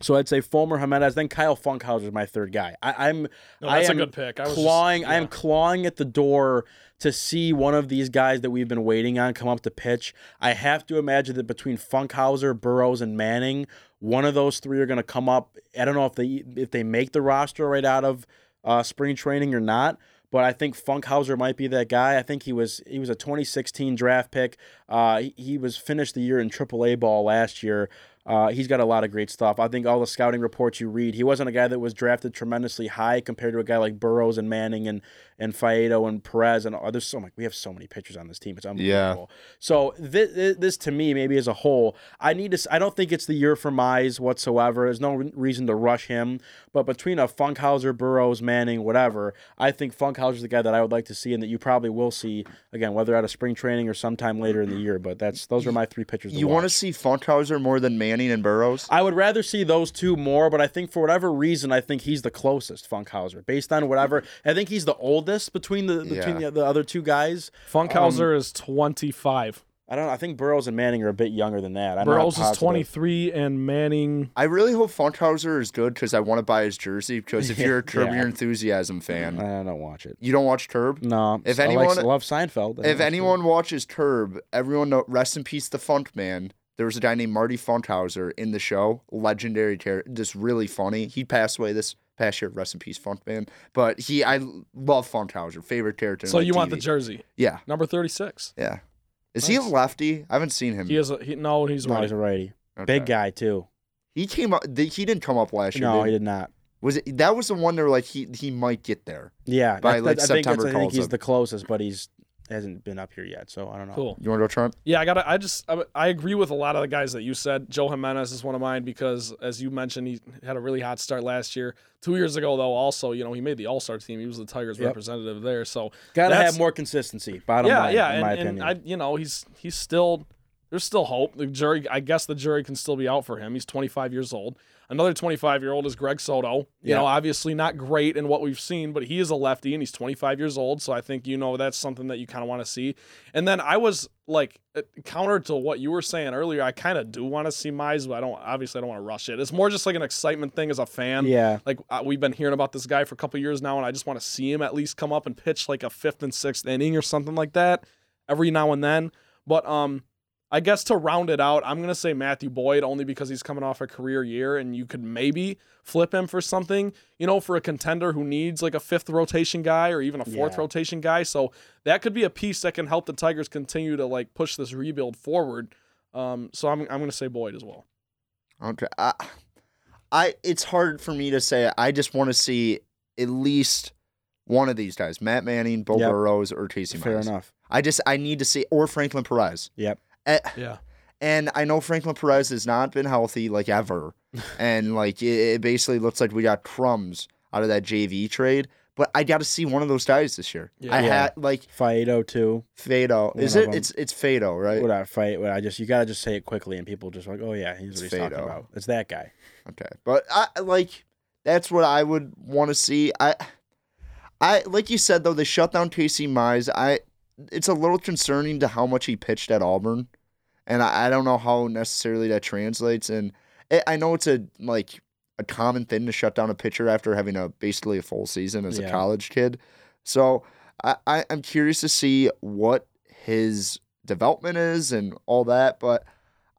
So I'd say Fulmer Jimenez, then Kyle Funkhauser is my third guy. I, I'm No, that's I a am good pick. I was just- clawing, I am yeah. clawing at the door to see one of these guys that we've been waiting on come up to pitch. I have to imagine that between Funkhauser, Burrows, and Manning, one of those three are going to come up. I don't know if they if they make the roster right out of uh, spring training or not. But I think Funkhauser might be that guy. I think he was he was a 2016 draft pick. Uh, he, he was finished the year in AAA ball last year. Uh, he's got a lot of great stuff. I think all the scouting reports you read, he wasn't a guy that was drafted tremendously high compared to a guy like Burrows and Manning and and Fiedo and Perez and others. So much we have so many pitchers on this team. It's unbelievable. So this, this to me maybe as a whole, I need to. s- I don't think it's the year for Mize whatsoever. There's no re- reason to rush him. But between a Funkhauser, Burrows, Manning, whatever, I think Funkhauser's the guy that I would like to see and that you probably will see again, whether out of spring training or sometime later in the year. But that's those are my three pitchers. You want want to see Funkhauser more than Manning and Burrows? I would rather see those two more, but I think for whatever reason, I think he's the closest Funkhauser based on whatever. I think he's the oldest between the between the, Yeah. the other two guys. Funkhauser um, is 25. I don't. know. I think Burrows and Manning are a bit younger than that. I'm not Burrows is positive. 23 and Manning. I really hope Funkhauser is good because I want to buy his jersey. Because if you're a Curb Yeah. Your Enthusiasm fan, I don't watch it. you don't watch Curb. No. If I like- anyone- I love Seinfeld. I don't If watch it. anyone watches Curb, everyone know, rest in peace, the Funk Man. There was a guy named Marty Funkhauser in the show, legendary character, just really funny. He passed away this past year. Rest in peace, Funk Man. But he, I love Funkhauser, favorite character. in, So like, you want the TV. jersey, Yeah, number 36. yeah. Is he a Nice. lefty? I haven't seen him. He is a, he, Um, no, he's no, right. he's a righty, Okay. big guy too. He came up. th- He didn't come up last year. no, did he he? did not. Was it, that was the one that were like he he might get there. Yeah, By, that- like, that- I think, that's- September I think calls he's up. the closest, but he's hasn't been up here yet, so I don't know. Cool. You want to go Trump? Yeah, I got. to I just. I, I agree with a lot of the guys that you said. Joe Jimenez is one of mine because, as you mentioned, he had a really hot start last year. Two years ago, though, also, you know, he made the All Star team. He was the Tigers' Yep. representative there. So Gotta That's- have more consistency. Bottom yeah, line, yeah, in and, my and opinion. I, you know, he's he's still. There's still hope. The jury, I guess, the jury can still be out for him. He's 25 years old. Another 25 year old is Greg Soto. You Yeah. know, obviously not great in what we've seen, but he is a lefty and he's 25 years old. So I think you know that's something that you kind of want to see. And then I was like, uh, counter to what you were saying earlier, I kind of do want to see Mize, but I don't. Obviously, I don't want to rush it. It's more just like an excitement thing as a fan. Yeah. Like uh, we've been hearing about this guy for a couple years now, and I just want to see him at least come up and pitch like a fifth and sixth inning or something like that every now and then. But um, I guess to round it out, I'm gonna say Matthew Boyd only because he's coming off a career year, and you could maybe flip him for something, you know, for a contender who needs like a fifth rotation guy or even a fourth Yeah. rotation guy. So that could be a piece that can help the Tigers continue to like push this rebuild forward. Um, so I'm I'm gonna say Boyd as well. Okay. I, I it's hard for me to say. I just want to see at least one of these guys: Matt Manning, Bo Yep. Burrows, or Casey Fair Mize. enough. I just I need to see or Franklin Perez. Yep. Eh, Yeah. And I know Franklin Perez has not been healthy like ever, and like it, it basically looks like we got crumbs out of that JV trade. But I got to see one of those guys this year. Yeah. I Yeah. had like Fido too. Fado. Is One of it? them. It's it's Fado, right? What I fight? What I just you gotta just say it quickly, and people just like, oh yeah, he's what It's he's talking Fado. about. It's that guy. Okay, but I like that's what I would want to see. I, I like you said though they shut down Casey Mize. I it's a little concerning to how much he pitched at Auburn, and I, I don't know how necessarily that translates. And I I know it's a like a common thing to shut down a pitcher after having a basically a full season as Yeah. a college kid. So I, I I'm curious to see what his development is and all that, but.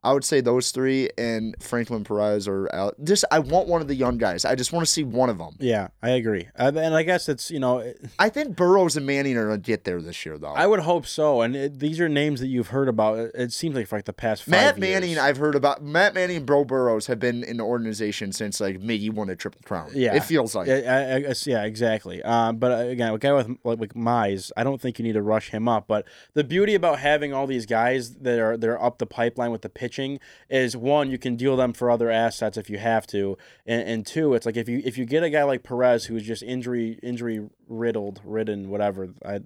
I would say those three and Franklin Perez or Al- just I want one of the young guys. I just want to see one of them. Yeah, I agree. Uh, and I guess it's you know it- I think Burrows and Manning are gonna get there this year though. I would hope so. And it, these are names that you've heard about. It, it seems like for like the past five Matt years. Manning, I've heard about Matt Manning and Bro Burrows have been in the organization since like Miggy won a triple crown. Yeah. it feels like. Yeah, I, I guess, yeah, exactly. Um, but uh, again, a guy with like with Mize, I don't think you need to rush him up. But the beauty about having all these guys that are that are up the pipeline with the pitching is one, you can deal them for other assets if you have to, and, and two, it's like if you if you get a guy like Perez who's just injury injury riddled, ridden, whatever. I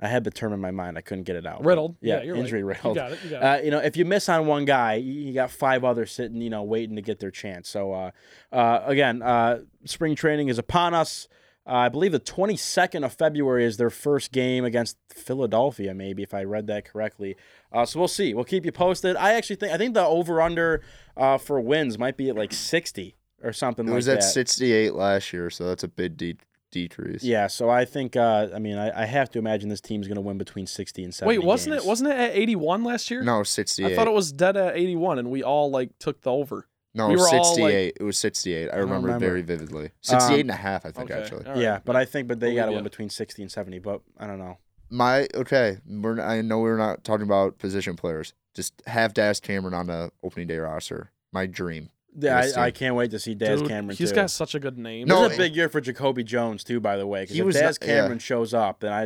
I had the term in my mind, I couldn't get it out. but- Riddled. yeah, Yeah, you're right. injury You riddled. got it, you got it. Uh, you know, if you miss on one guy, you you got five others sitting, you know, waiting to get their chance. So, uh, uh, again, uh, spring training is upon us. Uh, I believe the 22nd of February is their first game against Philadelphia, maybe if I read that correctly. Uh, so we'll see. We'll keep you posted. I actually think I think the over under uh, for wins might be at like 60 or something it like was that. at sixty eight last year, so that's a big de- decrease. Yeah, so I think uh, I mean I, I have to imagine this team's going to win between 60 and 70. Wait, wasn't games. it wasn't it at 81 last year? no sixty I eight. thought it was dead at 81, and we all like took the over. no we were all, like- sixty eight. It was sixty eight. I don't remember, it remember. very vividly. 68 and a half, I think Okay, actually. all right. Yeah, but I think but they Believe got to ya. win between 60 and 70, but I don't know. My okay, we're I know we're not talking about position players. Just have Dash Cameron on the opening day roster. My dream. Yeah, Yes, I, I dude. can't wait to see Daz Dude, Cameron He's too. got such a good name. No, This is it- a big year for Jacoby Jones too, by the way. Because He if was Daz not- yeah. Cameron shows up, then I.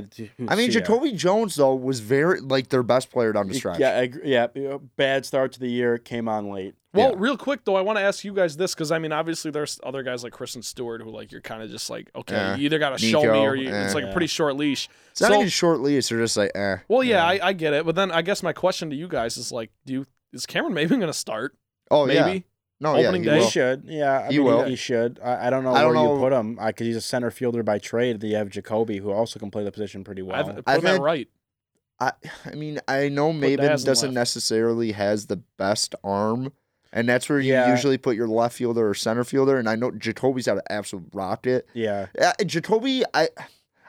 I mean, see ya. Jacoby Jones though was very like their best player down the stretch. Yeah, I, agree- yeah. you know, Bad start to the year. Came on late. Well, real quick though, I want to ask you guys this because I mean, obviously there's other guys like Kristen Stewart who like you're kind of just like, okay, Yeah. you either got to show me Nico, or you, it's yeah. like a pretty short leash. It's not So- even short leash. They're just like, eh. Well, yeah, I, I get it, but then I guess my question to you guys is like, do you is Cameron Maven going to start? Oh Maybe. yeah. No, Opening yeah. He he day. will. should. Yeah, I He mean, will. He, should. I, I don't know I don't where you know. put him because he's a center fielder by trade. That you have Jacoby, who also can play the position pretty well. I've, put I've him at had- right. I, I mean, I know Daz Maven in doesn't left. necessarily has the best arm, and that's where you Yeah. usually put your left fielder or center fielder. And I know Jacoby's out of absolute rocket. yeah, Uh, Jacoby, I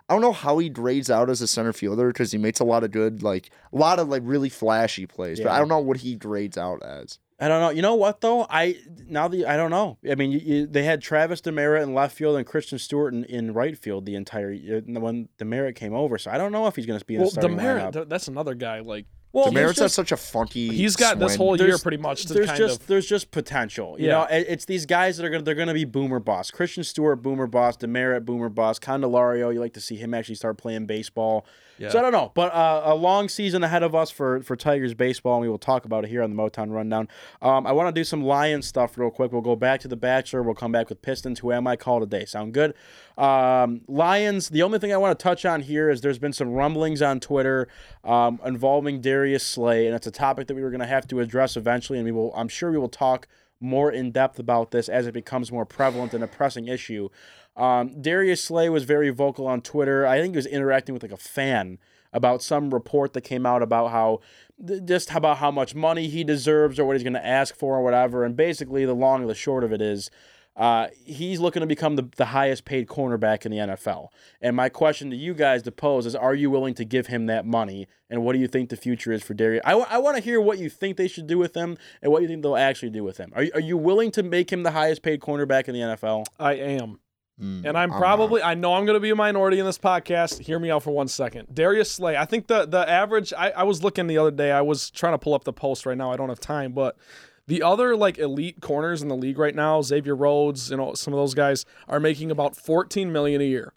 I don't know how he grades out as a center fielder because he makes a lot of good, like a lot of like really flashy plays, but Yeah. I don't know what he grades out as. I don't know. You know what though? I now the I don't know. I mean, you, you, they had Travis Demerit in left field and Christian Stewart in, in right field the entire year when Demerit came over. So I don't know if he's going to be in Well, the starting Demerit, lineup. th- that's another guy. Like well, there's Demerits has just- such a funky. he's got this swing. whole year There's- pretty much to there's kind just of. there's just potential. You Yeah. know, it, it's these guys that are gonna they're gonna be boomer boss. Christian Stewart, boomer boss. Demerit, boomer boss. Candelario, you like to see him actually start playing baseball. Yeah. So I don't know, but uh, a long season ahead of us for for Tigers baseball, and we will talk about it here on the Motown Rundown. Um, I want to do some Lions stuff real quick. We'll go back to the Bachelor. We'll come back with Pistons. Who am I? Call today. Sound good? Um, Lions. The only thing I want to touch on here is there's been some rumblings on Twitter um, involving Darius Slay, and it's a topic that we were going to have to address eventually, and we will. I'm sure we will talk more in depth about this as it becomes more prevalent and a pressing issue. Um, Darius Slay was very vocal on Twitter. I think he was interacting with like a fan about some report that came out about how th- just about how much money he deserves or what he's going to ask for or whatever. And basically, the long and the short of it is. Uh, he's looking to become the, the highest paid cornerback in the NFL. And my question to you guys to pose is are you willing to give him that money? And what do you think the future is for Darius? I, w- I want to hear what you think they should do with him and what you think they'll actually do with him. Are you, are you willing to make him the highest paid cornerback in the NFL? I am. Mm, And I'm not. probably, I know I'm going to be a minority in this podcast. Hear me out for one second. Darius Slay, I think the, the average, I, I was looking the other day, I was trying to pull up the post right now. I don't have time, but the other like elite corners in the league right now, Xavier Rhodes, you know, some of those guys are making about 14 million a year.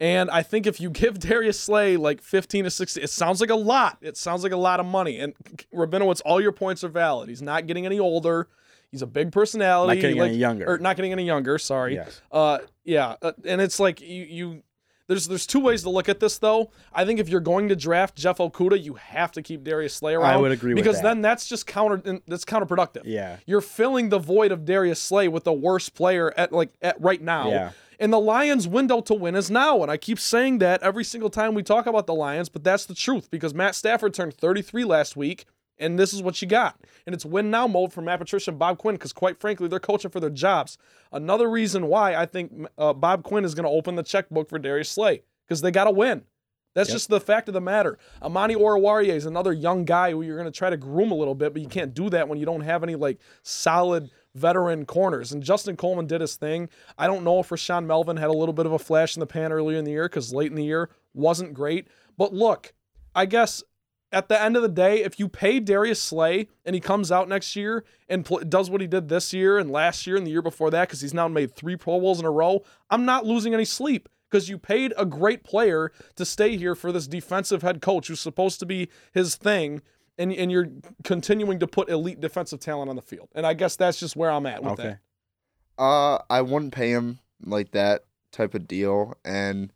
And I think if you give Darius Slay like 15 to 16, it sounds like a lot. It sounds like a lot of money. And Rabinowitz, all your points are valid. He's not getting any older. He's a big personality. Not getting like, any younger. Or not getting any younger, sorry. Yes. Uh, yeah, uh, and it's like you you. There's, there's two ways to look at this though. I think if you're going to draft Jeff Okuda, you have to keep Darius Slay around. would agree with because that. then that's just counter that's counterproductive. Yeah. you're filling the void of Darius Slay with the worst player at like at right now. Yeah. And the Lions' window to win is now, and I keep saying that every single time we talk about the Lions, but that's the truth because Matt Stafford turned 33 last week, and this is what you got. And it's win now mode for Matt Patricia and Bob Quinn because, quite frankly, they're coaching for their jobs. Another reason why I think uh, Bob Quinn is going to open the checkbook for Darius Slay because they got to win. That's just the fact of the matter. Amani Oruwariye is another young guy who you're going to try to groom a little bit, but you can't do that when you don't have any like solid veteran corners. And Justin Coleman did his thing. I don't know if Rashawn Melvin had a little bit of a flash in the pan earlier in the year because late in the year wasn't great. But look, I guess at the end of the day, if you pay Darius Slay and he comes out next year and pl- does what he did this year and last year and the year before that, because he's now made three Pro Bowls in a row, I'm not losing any sleep because you paid a great player to stay here for this defensive head coach who's supposed to be his thing. And, and you're continuing to put elite defensive talent on the field. And I guess that's just where I'm at with Okay. that. Uh, I wouldn't pay him like that type of deal. And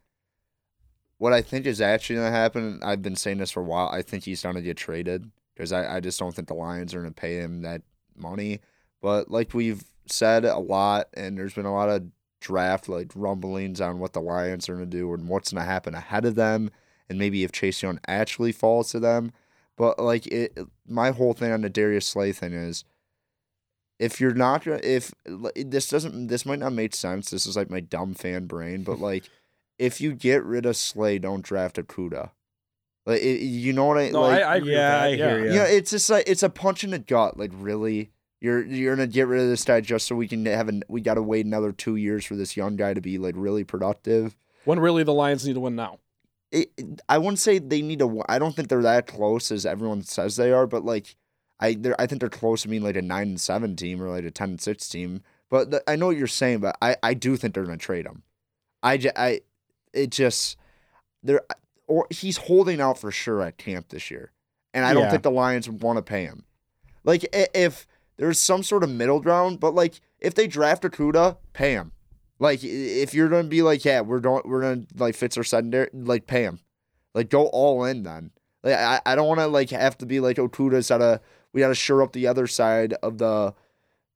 what I think is actually going to happen, I've been saying this for a while, I think he's going to get traded because I, I just don't think the Lions are going to pay him that money. But like we've said a lot, and there's been a lot of draft like rumblings on what the Lions are going to do and what's going to happen ahead of them, and maybe if Chase Young actually falls to them. But like it, my whole thing on the Darius Slay thing is if you're not gonna if like, this doesn't this might not make sense this is like my dumb fan brain but like if you get rid of slay don't draft a kuda like it, you know what i No, like I, I agree yeah, I with that. hear yeah. you. you know it's just like it's a punch in the gut like really you're you're gonna get rid of this guy just so we can have an we gotta wait another two years for this young guy to be like really productive When really the Lions need to win now. it, it- I wouldn't say they need to. w- I don't think they're that close as everyone says they are, but like, I they're, I think they're close to being like a nine and seven team or like a ten and six team. But th- I know what you're saying, but I, I do think they're gonna trade him. I, j- I it just they're or he's holding out for sure at camp this year, and I don't Yeah. think the Lions would want to pay him. Like i- if there's some sort of middle ground, but like if they draft a Cuda, pay him. Like i- if you're gonna be like, yeah, we're going, we're gonna like fits our secondary, like pay him, like go all in then. Like I, I don't want to like have to be like Okuda's gotta we gotta shore up the other side of the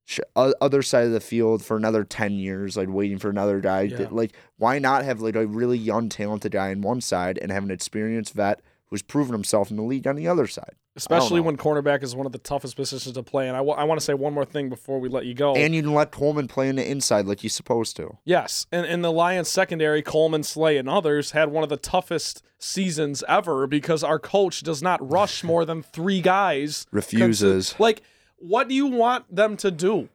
sh- o- other side of the field for another ten years, like waiting for another guy. Yeah. Like why not have like a really young talented guy on one side and have an experienced vet who's proven himself in the league on the other side? Especially know. when cornerback is one of the toughest positions to play. And I want to say one more thing before we let you Oh. go. And you can let Coleman play in the inside like he's supposed to. Yes, and in the Lions secondary, Coleman Slay and others had one of the toughest seasons ever because our coach does not rush more than three guys. Refuses. Consi- Like, what do you want them to do?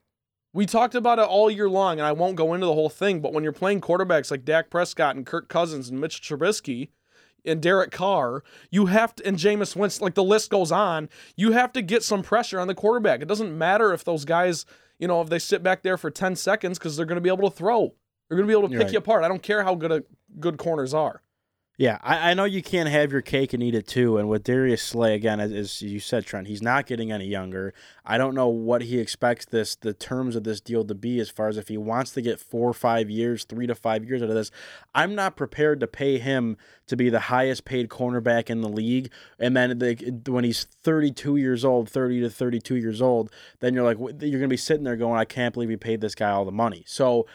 We talked about it all year long, and I won't go into the whole thing. But when you're playing quarterbacks like Dak Prescott and Kirk Cousins and Mitch Trubisky and Derek Carr, you have to, and Jameis Winston, like the list goes on, you have to get some pressure on the quarterback. It doesn't matter if those guys, you know, if they sit back there for 10 seconds because they're going to be able to throw. They're going to be able to pick Right. you apart. I don't care how good a, good corners are. Yeah, I, I know you can't have your cake and eat it too. And with Darius Slay again, as, as you said, Trent, he's not getting any younger. I don't know what he expects this the terms of this deal to be as far as if he wants to get four or five years, three to five years out of this. I'm not prepared to pay him to be the highest paid cornerback in the league. And then the, when he's 32 years old, 30 to 32 years old, then you're like you're gonna be sitting there going, I can't believe he paid this guy all the money. So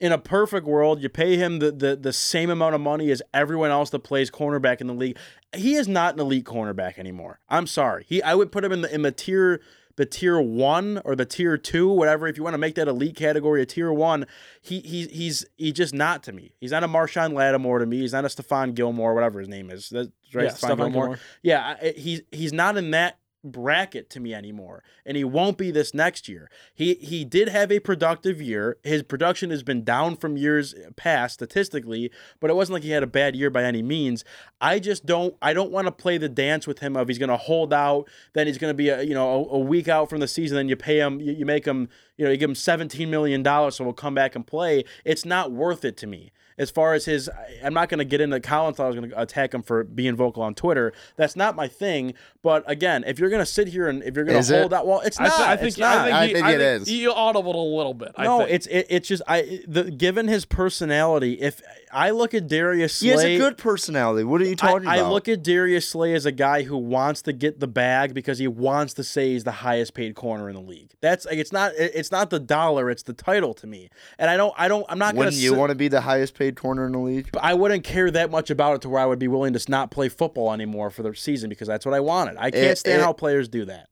in a perfect world, you pay him the, the, the same amount of money as everyone else that plays cornerback in the league. He is not an elite cornerback anymore. I'm sorry. He I would put him in the in the tier the tier one or the tier two, whatever. If you want to make that elite category a tier one, he he he's he just not to me. He's not a Marshawn Lattimore to me. He's not a Stefan Gilmore, whatever his name is. That's right, Yeah, Stephon Stephon Gilmore. Gilmore. Yeah, I- eh, he's he's not in that bracket to me anymore, and he won't be this next year. He he did have a productive year. His production has been down from years eh, past statistically, but it wasn't like he had a bad year by any means. I just don't I don't want to play the dance with him of he's going to hold out, then he's going to be a, you know a, a week out from the season, then you pay him you, you make him you know you give him seventeen million dollars, so we'll come back and play. It's not worth it to me as far as his I- i'm not going to get into colin thought i was going to attack him for being vocal on twitter that's not my thing but again if you're going to sit here and if you're going Is to it? hold out well it's I, not th- I It's think not. I think, I he, think I it think is. He audibled a little bit. I no think. it's it, it's just i the given his personality if i look at darius He slay has a good personality. What are you I, talking I about? look at Darius Slay as a guy who wants to get the bag because he wants to say he's the highest paid corner in the league. That's like, it's not it- it's not the dollar, it's the title to me. And I don't I don't I'm not going when to you want to be the highest paid corner in the league. but I wouldn't care that much about it to where I would be willing to s- not play football anymore for the season because that's what I wanted. I can't It- stand it- how players do that.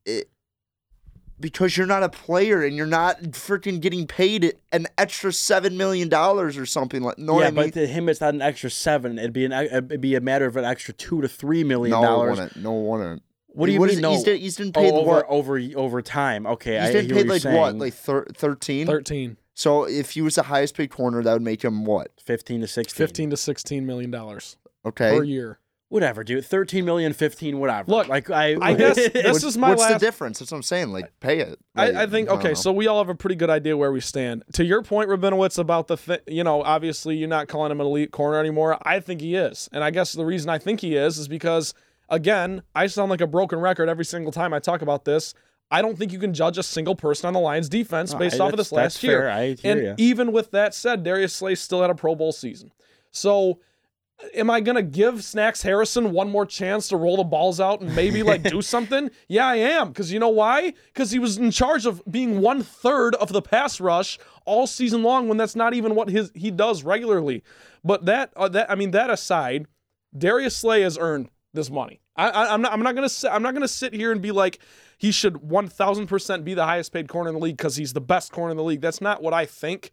because you're not a player and you're not freaking getting paid an extra seven million dollars or something like. Know yeah, what I mean? but to him, it's not an extra seven. It'd be an e- it'd be a matter of an extra two to three million no, it dollars. wouldn't. No, it wouldn't. What do you What mean? is- no, he's been- he's been Oh, paid over what? over over time. Okay, He's I getting hear what paid you're like saying. what, like thir- 13? thirteen. So if he was the highest paid corner, that would make him what? fifteen to sixteen. 15 to 16 million dollars Okay. per year. whatever, dude. Thirteen million, fifteen, whatever. Look, like I, I guess it's- this is my What's last the difference? That's what I'm saying. Like, pay it. Like, I, I think don't okay, know. so we all have a pretty good idea where we stand. To your point, Rabinowitz, about the thi- you know, obviously you're not calling him an elite corner anymore. I think he is, and I guess the reason I think he is is because again, I sound like a broken record every single time I talk about this. I don't think you can judge a single person on the Lions defense No, based I- off of that's- that's this last year. fair. I hear and ya. even with that said, Darius Slay still had a Pro Bowl season. So am I gonna give Snacks Harrison one more chance to roll the balls out and maybe like do something? Yeah, I am. Because you know why? Because he was in charge of being one third of the pass rush all season long when that's not even what his he does regularly. But that uh, that I mean that aside, Darius Slay has earned this money. I, I, I'm not. I'm not gonna. Sit, I'm not gonna sit here and be like he should 1,000 percent be the highest paid corner in the league because he's the best corner in the league. That's not what I think.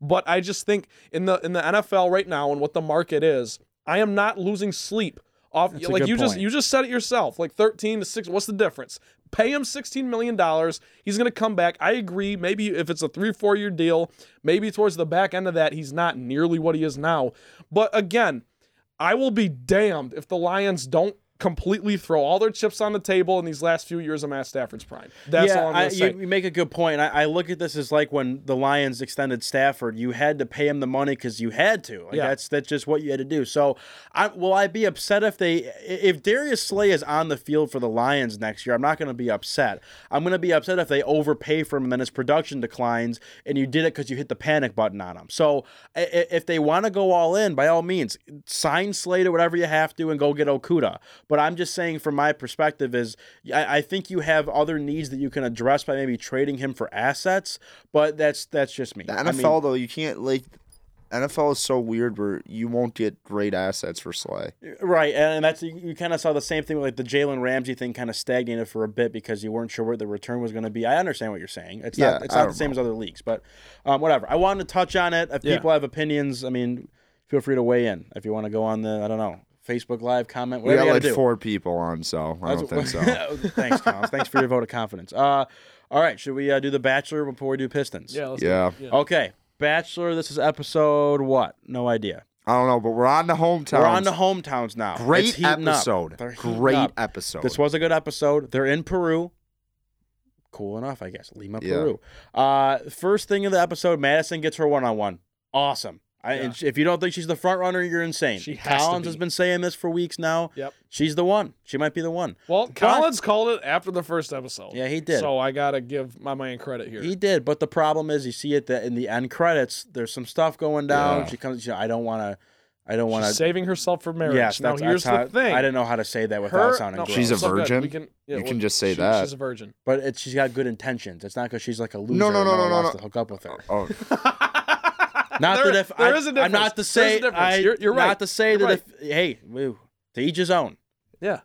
But I just think in the in the NFL right now and what the market is, I am not losing sleep off. a like good you just point. you just said it yourself. Like 13 to six. What's the difference? Pay him 16 million dollars. He's gonna come back. I agree. Maybe if it's a three four year deal, maybe towards the back end of that, he's not nearly what he is now. But again. I will be damned if the Lions don't completely throw all their chips on the table in these last few years of Matt Stafford's prime. That's all I'm I- gonna say. You, you make a good point. I, I look at this as like when the Lions extended Stafford, you had to pay him the money because you had to. Like Yeah. that's that's just what you had to do. So, I will I be upset if they if Darius Slay is on the field for the Lions next year? I'm not going to be upset. I'm going to be upset if they overpay for him and then his production declines and you did it because you hit the panic button on him. So, i- i- if they want to go all in, by all means, sign Slay to whatever you have to and go get Okuda. But I'm just saying, from my perspective, is I, I think you have other needs that you can address by maybe trading him for assets. But that's that's just me. The I mean, NFL though, you can't like. NFL is so weird where you won't get great assets for Slay. right? And, and that's you, you kind of saw the same thing with like the Jalen Ramsey thing, kind of stagnated for a bit because you weren't sure what the return was going to be. I understand what you're saying. It's Yeah, not it's I not the don't same know. as other leagues, but um, whatever. I wanted to touch on it. If Yeah. people have opinions, I mean, feel free to weigh in. If you want to go on the, I don't know. Facebook Live comment, We whatever got you like gotta do. four people on, so I don't think That's- Oh, so. Thanks, Collins. Thanks for your vote of confidence. Uh, all right, should we uh, do the Bachelor before we do Pistons? yeah, let's Yeah, Yeah. Okay, Bachelor. This is episode what? No idea. I don't know, but we're on the hometown. We're on the hometowns now. It's great heating up. episode. They're heating Great up. episode. This was a good episode. They're in Peru. Cool enough, I guess. Lima, Yeah. Peru. Uh, first thing of the episode, Madison gets her one on one. Awesome. I, and sh- if you don't think she's the front runner, you're insane. She has to Collins has be. been saying this for weeks now. Yep. She's the one. She might be the one. Well, Con- Collins called it after the first episode. Yeah, he did. So I gotta give my man credit here. He did, but the problem is, you see it that in the end credits, there's some stuff going down. Yeah. She comes. She, I don't want to. I don't She's want to. saving herself for marriage. Yes, now that's, here's that's how, the thing. I didn't know how to say that without Her, sounding. no, gross. She's a it's all good. virgin? We can, yeah, You well, can just say she- that. She's a virgin. But it, she's got good intentions. It's not because she's like a loser. no, and no, no, one no, wants no. To hook up with her. Oh, Not There- that if there I, is a I'm difference. not to There's say a difference. I, You're- you're right. Not to say You're that if hey, woo, to each his own. Yeah.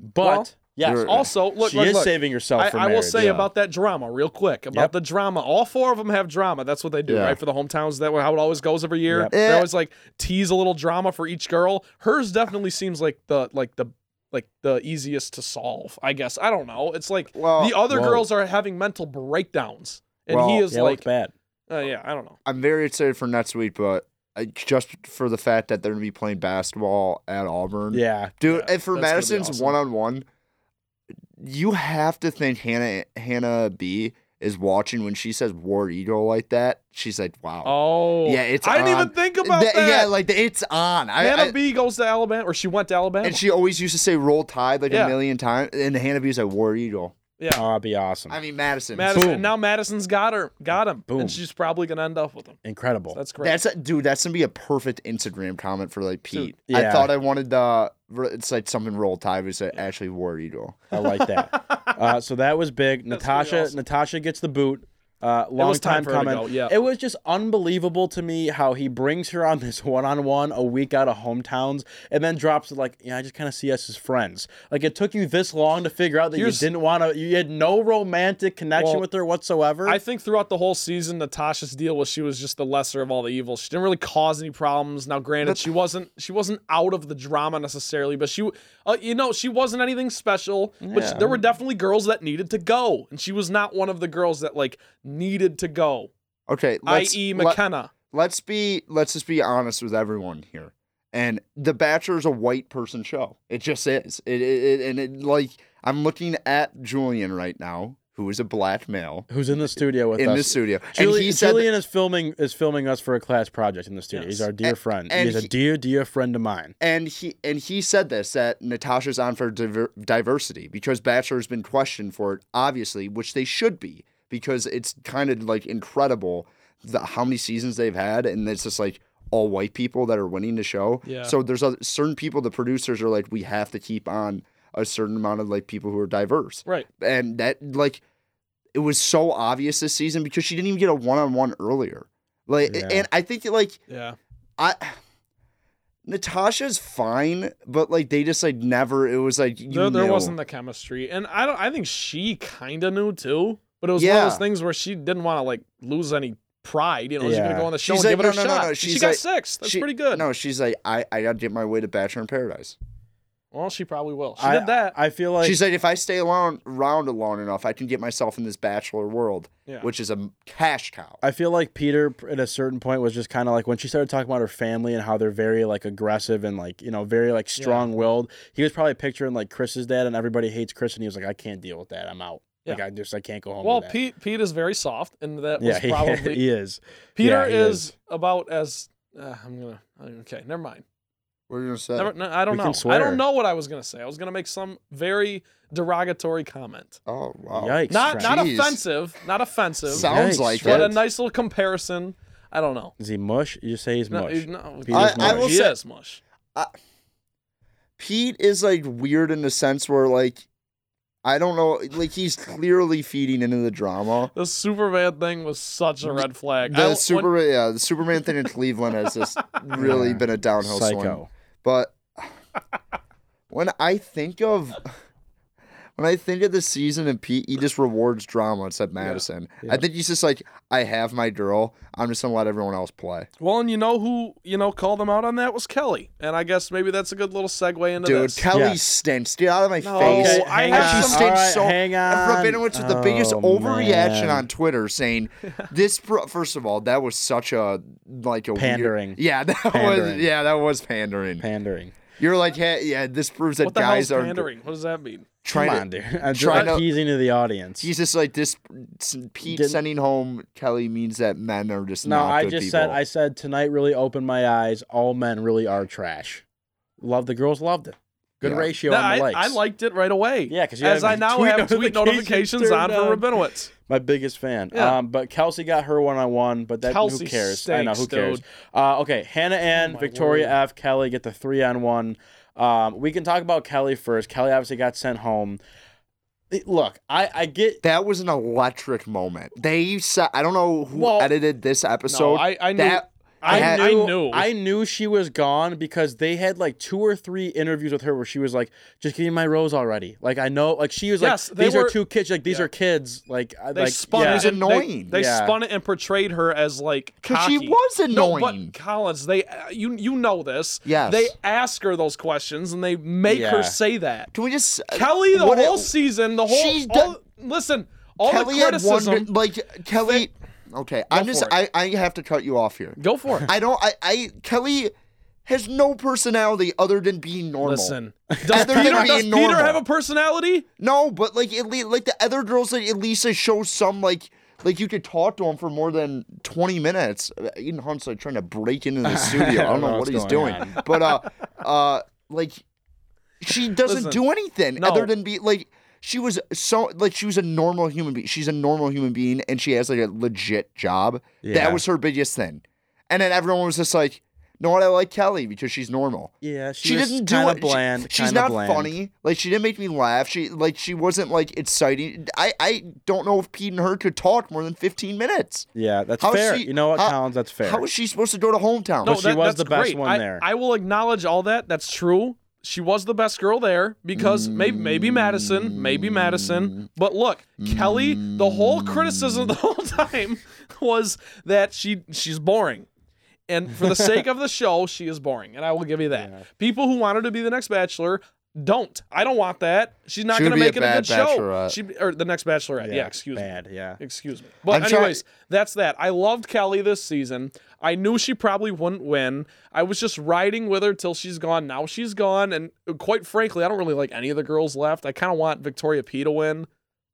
But Well, yes, you're- Also, look, she look, is look. saving herself I, for I marriage. will say yeah. about that drama real quick about Yep. the drama. All four of them have drama. That's what they do, Yeah. right? For the hometowns, that how it always goes every year. Yep. They Yeah. always like tease a little drama for each girl. Hers definitely seems like the like the like the easiest to solve. I guess I don't know. It's like well, the other Whoa. girls are having mental breakdowns, and he Well, is yeah, like, like, bad. uh, yeah, I don't know. I'm very excited for next week, but I, just for the fact that they're gonna be playing basketball at Auburn, Yeah, dude. Yeah, and that's for gonna be Madison's awesome. one on one, you have to think Hannah Hannah B is watching when she says "War Eagle" like that. She's like, "Wow, Oh, Yeah, it's I didn't even on. think about Th- that. Yeah, like the, it's on. I, Hannah I- B goes to Alabama, or she went to Alabama. and she always used to say "Roll Tide" like Yeah. a million times, and Hannah B's like "War Eagle." yeah, oh, that'd be awesome. I mean Madison. Madison. boom. and Now Madison's got her, got him, Boom. and she's probably gonna end up with him. Incredible. That's great. That's a, dude. That's gonna be a perfect Instagram comment for like Pete. yeah. I thought I wanted the. It's like something roll tide. but It's like actually war eagle. I like that. uh, so that was big. That's Natasha really awesome. Natasha gets the boot. Uh, long was time time, for her to coming. go, yeah. It was just unbelievable to me how he brings her on this one on one a week out of hometowns and then drops it like, yeah, I just kind of see us as friends. Like it took you this long to figure out that Here's- you didn't want to. You had no romantic connection Well, with her whatsoever. I think throughout the whole season, Natasha's deal was she was just the lesser of all the evils. She didn't really cause any problems. Now, granted, she wasn't she wasn't out of the drama necessarily, but she, uh, you know, she wasn't anything special. But she- Yeah. there were definitely girls that needed to go, and she was not one of the girls that like needed to go. Okay, let's, E I.e. let, McKenna. let's be let's just be honest with everyone here. And The Bachelor is a white person show. It just is. It, it, it and it like I'm looking at Julian right now, who is a black male Who's in the studio with in us? the studio, Julie, and he said Julian is filming is filming us for a class project in the studio. He's Yes. our dear And- friend. and He's a he- dear dear friend of mine. and he and he said this that Natasha's on for diver- diversity because Bachelor's been questioned for it, obviously, which they should be because it's kind of like incredible the, how many seasons they've had, and it's just like all white people that are winning the show. Yeah. So there's other, certain people the producers are like, we have to keep on a certain amount of like people who are diverse, Right. and that like it was so obvious this season because she didn't even get a one on one earlier. Like, Yeah. and I think that like Yeah. I Natasha's fine, but like they just like never. It was like you There, there know. wasn't the chemistry, and I don't. I think she kind of knew too, but it was one of Yeah. those things where she didn't want to like lose any pride. You know, she's Yeah. gonna go on the show She's and like, give it "No, her no, no, shot. no." She She's got like- six. That's she- pretty good. No, she's like I I gotta get my way to Bachelor in Paradise. Well, she probably will. She I, did that. I feel like she's like if I stay alone around long enough, I can get myself in this Bachelor world, Yeah. which is a cash cow. I feel like Peter p- at a certain point was just kind of like when she started talking about her family and how they're very like aggressive and like you know very like strong willed. He was probably picturing like Chris's dad and everybody hates Chris and he was like I can't deal with that. I'm out. Like I just I can't go home. well, with that." Pete Pete is very soft, and that Yeah, was he, probably he is. Peter yeah, he is, is. about as uh, I'm gonna okay. Never mind. What are you gonna say? Never, no, I Uh, don't we can know. I swear. don't know what I was gonna say. I was gonna make some very derogatory comment. oh wow! Yikes! Not Trent. not Jeez. offensive. Not offensive. Sounds Yikes, like but a it. Trent. nice little comparison. I don't know. is he mush? You say he's No, mush. no, Peter's I- I mush. will he say- is mush. Pete is like weird in the sense where like I don't know, like he's clearly feeding into the drama. The Superman thing was such a red flag. I- The when- Superman, yeah, the Superman thing in Cleveland has just really Yeah. been a downhill swing. Psycho. But when I think of when I think of the season and Pete, he just rewards drama instead of Madison. I think he's just like, I have my girl. I'm just gonna let everyone else play. Well, and you know who you know called them out on that was Kelly, and I guess maybe that's a good little segue into Dude, this. Kelly Yes. stinks. Get out of my No, face. Okay, I Oh, hang have on. she some- stinks All right, so. hang on. Rabinowitz with the biggest Oh, overreaction man. on Twitter, saying this. Pro- first of all, that was such a like a weird- Pandering. yeah, that was Pandering. yeah, that was pandering. pandering. You're like, hey, yeah, this proves that What the hell guys is are pandering? What does that mean? trying Come on, to. dude. I'm trying just to- appeasing to the audience. He's just like this. s- Pete Didn't- sending home Kelly means that men are just No, not I good just people. said I said tonight really opened my eyes. All men really are trash. Love the girls loved it. Good Yeah. ratio on That- I, the likes. I liked it right away. Yeah, 'cause you as have I now tweet have tweet notifications notifications on turned for on. Rabinowitz. my biggest fan. Yeah. Um, but Kelsey got her one on one, but that Kelsey who cares? I know who stinks, cares. dude. Oh Uh, okay, Hannah Ann, my Victoria word. F, Kelly get the three on one. Um, we can talk about Kelly first. Kelly obviously got sent home. It- Look, I I get that was an electric moment. They said I don't know who Well, edited this episode. I- I knew- that I, had- I knew. I knew she was gone because they had like two or three interviews with her where she was like, "Just give me my rose already." Like I know, like she was like, Yes, they "These were- are two kids. Like these are kids." Like I- they like spun yeah. She's it. and they- annoying. They, Yeah. spun it and portrayed her as like 'Cause she cocky. was No, annoying. but Collins, they uh, you you know this. Yes. They ask her those questions and they make Yeah. her say that. can we just uh, Kelly, the what it- whole season, the whole She's all- done- listen, all Kelly the had one criticism. good- like Kelly. Okay, I'm just for I, I have to cut you off here. go for it. I don't. I, I Kelly has no personality other than being normal. Listen, does Other than Peter, being does normal. Peter have a personality? No, but like at least, like the other girls, like at least they show some like like you could talk to him for more than twenty minutes. Uh, Eden Hunt's like trying to break into the studio. I don't know what what's he's doing, going but uh, uh, like she doesn't Listen, do anything no. other than be like she was so like she was a normal human being. She's a normal human being, and she has like a legit job. Yeah. That was her biggest thing, and then everyone was just like, "No, what I like Kelly because she's normal." Yeah, she, she, was didn't do kinda it. She- Bland, she's kinda not bland. funny. Like she didn't make me laugh. She like she wasn't like exciting. I I don't know if Pete and her could talk more than fifteen minutes. Yeah, that's How is fair. she- you know what, how- Collins? That's fair. How is she supposed to go to hometown? No, But she that- was that's the best great. one I, there. I will acknowledge all that. That's true. She was the best girl there because maybe maybe Madison, maybe Madison. But look, Kelly, the whole criticism the whole time was that she she's boring. And for the sake of the show, she is boring. And I will give you that. People who want her to be the next bachelor don't. I don't want that. She's not She would going to be a make it a bad good bachelorette. show. She or the next bachelorette. Yeah, excuse me. bad, Yeah. Excuse me. But I'm try- anyways, that's that. I loved Kelly this season. I knew she probably wouldn't win. I was just riding with her till she's gone. Now she's gone, and uh, quite frankly, I don't really like any of the girls left. I kind of want Victoria P to win,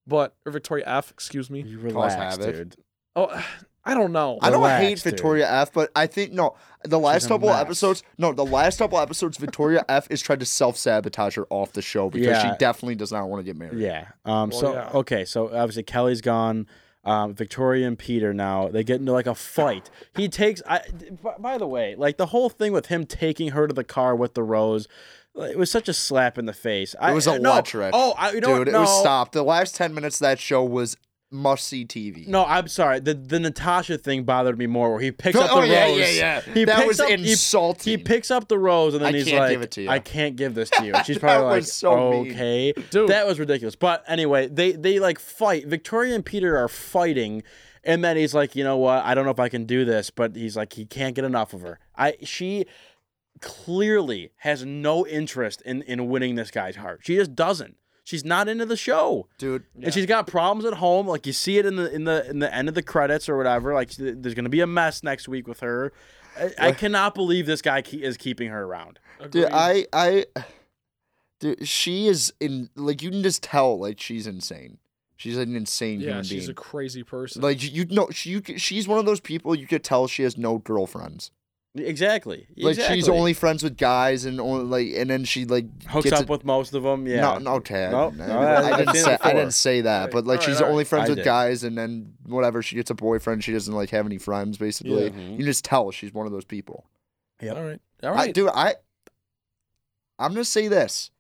but or Victoria F. Excuse me. You Collins relax, have it. dude. Oh, I don't know. I don't Relax, hate dude. Victoria F, but I think no. The last a couple mess. episodes, no, the last couple episodes, Victoria F is trying to self sabotage her off the show because Yeah. she definitely does not want to get married. Yeah. Um. Well, so yeah. okay. So obviously Kelly's gone. Um, Victoria and Peter now they get into like a fight. He takes. I. By, by the way, like the whole thing with him taking her to the car with the rose, like, it was such a slap in the face. I, It was a no, electric. Oh, I, you know Dude, what? it was No. stopped. The last ten minutes of that show was must see TV. No, I'm sorry. The the Natasha thing bothered me more. Where he picks up the Oh, rose. yeah, yeah, yeah. He That picks was up, he- insulting. He, picks up the rose and then I he's can't like, give it to you. "I can't give this to you." And she's probably That like, was so mean. "Okay, Dude. that was ridiculous." But anyway, they they like fight. Victoria and Peter are fighting, and then he's like, "You know what? I don't know if I can do this," but he's like, he can't get enough of her. I she clearly has no interest in in winning this guy's heart. She just doesn't. She's not into the show Dude, and she's got problems at home. Like you see it in the in the in the end of the credits or whatever. Like th- there's gonna be a mess next week with her. I, I cannot believe this guy ke- is keeping her around. Dude, Agreed. I, I, dude, she is in. Like you can just tell, like she's insane. She's an insane yeah, human she's being. a crazy person. like you know, she you, c- she's one of those people you could tell she has no girlfriends. Exactly. Like exactly. she's only friends with guys, and only like, and then she like hooks gets up with most of them. Yeah. No, no, okay. I Nope. didn't- No, I, I- didn't- I I've didn't seen say it I before. didn't say that, Right. but like All she's right, all only right. friends I with did. guys, and then whatever she gets a boyfriend, she doesn't like have any friends. Basically, Yeah. you can just tell she's one of those people. Yep. All right, all I, right. dude, I I'm gonna say this.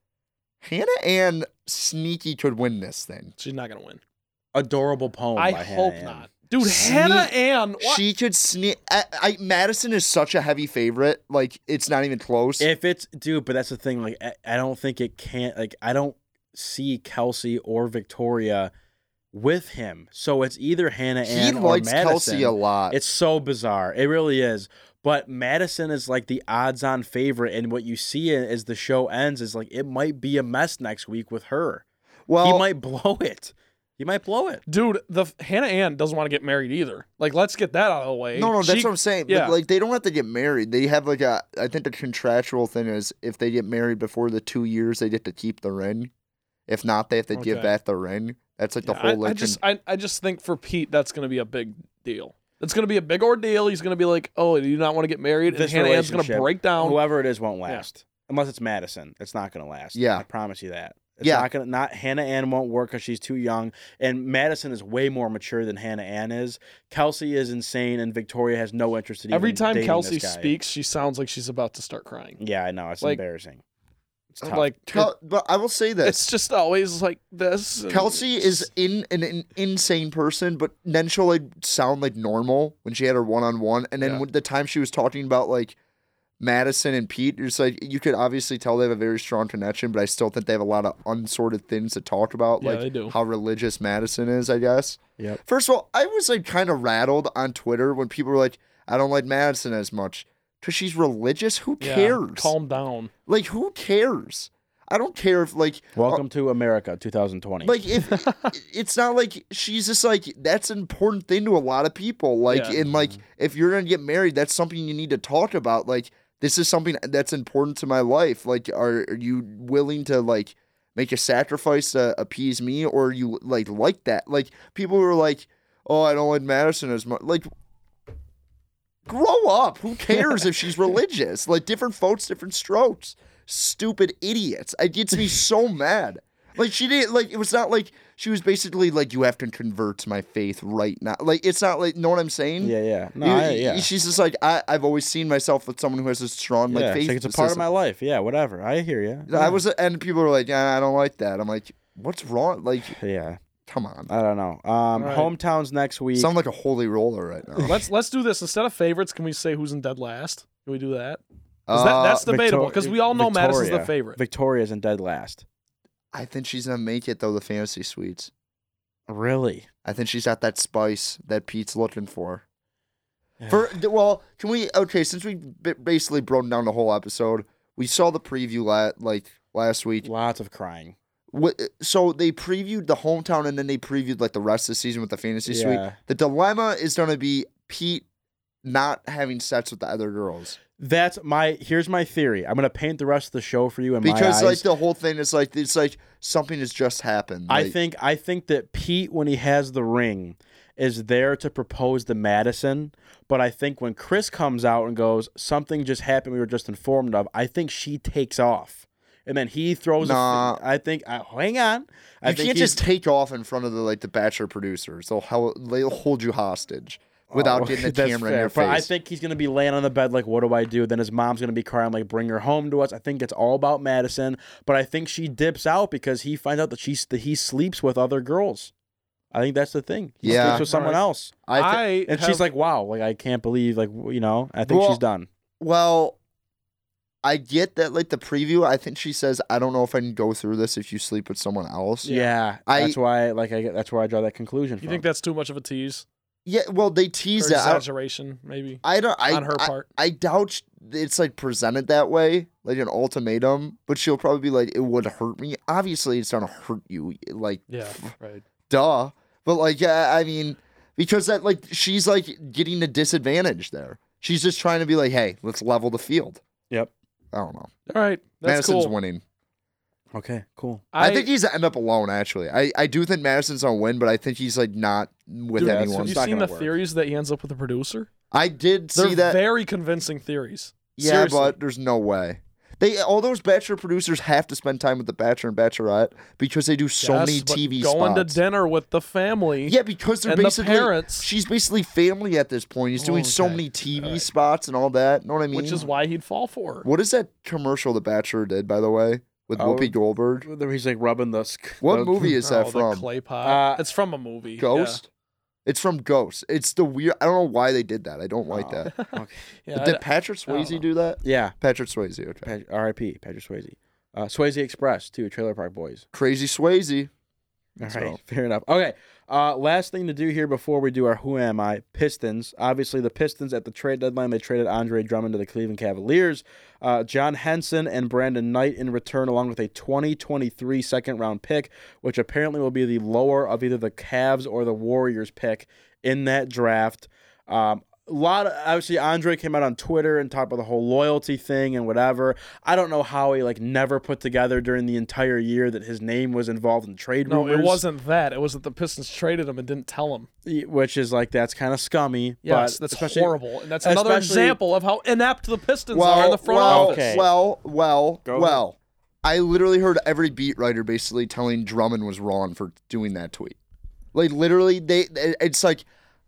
Hannah Ann sneaky could win this thing. she's not gonna win. Adorable Oh, poem. I by hope Hannah Ann. not, dude. Sneak- Hannah Ann. What? She could sneak. I, I, Madison is such a heavy favorite. Like it's not even close. If it's dude, but that's the thing. Like I, I don't think it can't. Like I don't see Kelsey or Victoria with him. So it's either Hannah he Ann likes or Madison. Kelsey a lot. It's so bizarre. It really is. But Madison is like the odds on favorite. And what you see i- as the show ends is like it might be a mess next week with her. well, he might blow it. He might blow it. Dude, the Hannah Ann doesn't want to get married either. Like, let's get that out of the way. No, no, that's She- what I'm saying. yeah. But, like they don't have to get married. They have like a. I think the contractual thing is if they get married before the two years, they get to keep the ring. If not, they have to give Okay. back the ring. That's like the Yeah, whole. I, like, I just I, I just think for Pete that's gonna be a big deal. It's gonna be a big ordeal. He's gonna be like, Oh, do you not want to get married? This and Hannah Ann's gonna relationship, break down. Whoever it is won't Yeah. last. Unless it's Madison. It's not gonna last. Yeah. I promise you that. It's Yeah. not gonna not Hannah Ann won't work because she's too young. And Madison is way more mature than Hannah Ann is. Kelsey is insane and Victoria has no interest in Every even time dating Kelsey this guy. speaks, she sounds like she's about to start crying. Yeah, I know. It's Like- embarrassing. It's I'm tough. Like Kel- but I will say it- this: it's just always like this. and Kelsey it's is just- in an, an insane person, but then she'll like sound like normal when she had her one on one, and then Yeah. when the time she was talking about like Madison and Pete, it's like you could obviously tell they have a very strong connection, but I still think they have a lot of unsorted things to talk about, Yeah, like they do. how religious Madison is, I guess. Yep. First of all, I was like kind of rattled on Twitter when people were like, "I don't like Madison as much." Cause she's religious. Who yeah, cares? Calm down. Like, who cares? I don't care if like Welcome to America 2020. like if it's not like she's just like that's an important thing to a lot of people. Like Yeah. and like if you're gonna get married, that's something you need to talk about. Like this is something that's important to my life. Like are, are you willing to like make a sacrifice to appease me, or are you like like that? Like people who are like, oh, I don't like Madison as much. Like grow up. Who cares if she's religious? Like different folks, different strokes. Stupid idiots. It gets me so mad. Like she didn't like it was not like she was basically like you have to convert to my faith right now. Like it's not like know what I'm saying? yeah, yeah. No, You- I, yeah. She's just like I, I've always seen myself with someone who has a strong like Yeah, faith. it's, like it's a part of system. my life. Yeah, whatever. I hear you. I was and people were like, yeah, I don't like that. I'm like, what's wrong? Like, Yeah, come on. I don't know. Um, right. Hometowns next week. Sound like a holy roller right now. Let's let's do this. Instead of favorites, can we say who's in dead last? Can we do that? 'Cause that- Uh, that's debatable Victor- because we all know Madison's the Victoria. favorite. Victoria's in dead last. Uh, I think she's gonna make it though. The fantasy suites. Really? I think she's got that spice that Pete's looking for. For d- well, can we? Okay, since we b- basically broke down the whole episode, we saw the preview la- like last week. Lots of crying. Wh- So they previewed the hometown, and then they previewed like the rest of the season with the fantasy suite. Yeah. The dilemma is going to be Pete not having sex with the other girls That's my. Here's my theory. I'm gonna paint the rest of the show for you in my because eyes. like the whole thing is like it's like something has just happened. I like- think I think that Pete, when he has the ring, is there to propose to Madison. But I think when Chris comes out and goes, something just happened. We were just informed of. I think she takes off, and then he throws. Nah. A, I think. I, hang on. I you think can't he's- just take off in front of the like the bachelor producers. They'll hel- they'll hold you hostage without Oh, getting the that's camera in fair. your face. But I think he's gonna be laying on the bed like, "What do I do?" Then his mom's gonna be crying like, "Bring her home to us." I think it's all about Madison, but I think she dips out because he finds out that she's that he sleeps with other girls. I think that's the thing. He Yeah. sleeps with someone Right. else, I thi- and have- she's like, "Wow, like I can't believe like w- you know." I think Well- she's done. Well, I get that like the preview. I think she says, "I don't know if I can go through this if you sleep with someone else." Yeah, I- that's why like I that's where I draw that conclusion. You from. think that's too much of a tease? Yeah, well, they or tease that. exaggeration, maybe. I, I don't. I, on her I, part. I doubt sh- it's like presented that way, like an ultimatum. But she'll probably be like, "It would hurt me." Obviously, it's gonna hurt you. Like, Yeah, right. duh. But like, yeah, I mean, because that like she's like getting a disadvantage there. She's just trying to be like, "Hey, let's level the field." Yep. I don't know. All right, that's Madison's cool. winning. Okay, cool. I, think he's gonna end up alone. Actually, I, I do think Madison's gonna win, but I think he's like not with Dude, that's anyone. what Have you it's not seen the gonna work. theories that he ends up with a producer? I did They're see that. very convincing theories. yeah, Seriously. but there's no way. They all those Bachelor producers have to spend time with the Bachelor and Bachelorette because they do so Yes, many but TV going spots. to dinner with the family. yeah, because they're and the basically parents. Oh, she's basically family at this point. He's doing so Okay. many TV Alright. spots and all that. Know what I mean? which is why he'd fall for. her. what is that commercial the Bachelor did by the way with Oh, Whoopi Goldberg? He's like rubbing the. sk- What the- movie is that oh, from? The clay pot. Uh, it's from a movie. Ghost. It's from Ghost. It's the weird. I don't know why they did that. I don't like Oh. that. Okay. Yeah, yeah did I- Patrick I don't Swayze know. do that? Yeah. Patrick Swayze. Okay. Pat- R.I.P. Patrick Swayze. Uh, Swayze Express too. Trailer Park Boys. Crazy Swayze. All right, So- fair enough. Okay, Uh, last thing to do here before we do our Who Am I Pistons. Obviously, the Pistons at the trade deadline, they traded Andre Drummond to the Cleveland Cavaliers. Uh, John Henson and Brandon Knight in return, along with a 2023 second round pick, which apparently will be the lower of either the Cavs or the Warriors pick in that draft. Um, a lot of, obviously Andre came out on Twitter and talked about the whole loyalty thing and whatever. I don't know how he like never put together during the entire year that his name was involved in trade No, rumors. it wasn't that. It was that the Pistons traded him and didn't tell him. Y- which is like that's kind of scummy. Yes, but that's especially- horrible. And that's another especially- example of how inept the Pistons are in Well, the front well, office. Okay. well, well, Go well. I literally heard every beat writer basically telling Drummond was wrong for doing that tweet. Like literally, they it- it's like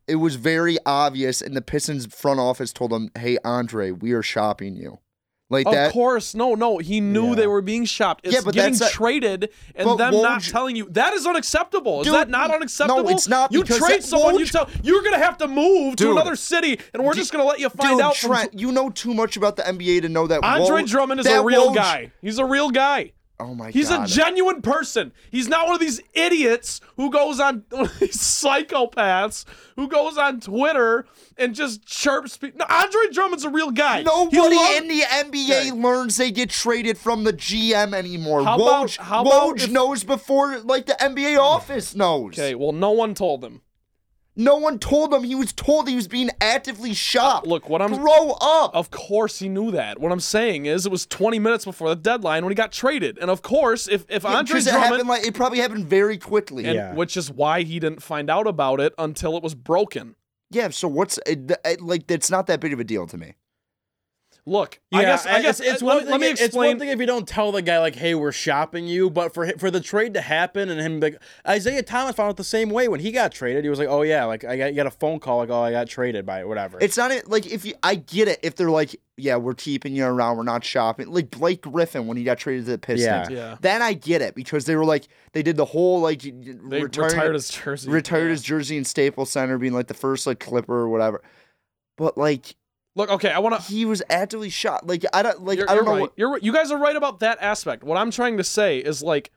it was very obvious, and the Pistons front office told him, "Hey, Andre, we are shopping you." Like Of that. course, no, no. He knew Yeah. they were being shopped. It's Yeah, but getting that's a- traded But and them won't not you- telling you. That is unacceptable. Is Dude, that not no, unacceptable? it's not You because trade that- someone, you won't- tell you're gonna have to move to Dude. another city, and we're just gonna let you find Dude, out. from- Trent, you know too much about the NBA to know that. Andre Woj- Drummond is a that real Woj- guy. He's a real guy. Oh my He's god. a genuine person. He's not one of these idiots who goes on one of these psychopaths who goes on Twitter and just chirps. People. No, Andre Drummond's a real guy. He Nobody loved- in the NBA learns they get traded from the GM anymore. How about- Woj, how Woj about if- knows before, like the NBA office knows. Okay, well, no one told him. No one told him. He was told he was being actively shopped. Uh, Look, what I'm- Uh, grow up. Of course, he knew that. What I'm saying is, it was 20 minutes before the deadline when he got traded. And of course, if if Yeah, Andre 'cause it happened Drummond, like it probably happened very quickly. and, yeah. Yeah. which is why he didn't find out about it until it was broken. So what's it, it, like? That's not that big of a deal to me. Look, Yeah, I guess I guess it's, it's uh, one let, me- thing, let me if- It's explain. one thing if you don't tell the guy like, "Hey, we're shopping you," but for hi- for the trade to happen and him like Isaiah Thomas found it the same way when he got traded. He was like, "Oh yeah, like I got, you got a phone call like, oh I got traded by it, whatever." It's not it- like if you. I get it if they're like, yeah, we're keeping you around. We're not shopping. Like Blake Griffin when he got traded to the Yeah. Pistons. Yeah. Then I get it because they were like they did the whole like they return- retired his jersey. retired his jersey in Staples Center, being like the first like Clipper or whatever. But like Look, okay, I Uh. want to he was actively shot. Like I don't like you're, I don't you're know. right. You're right. you guys are right about that aspect. What I'm trying to say is like,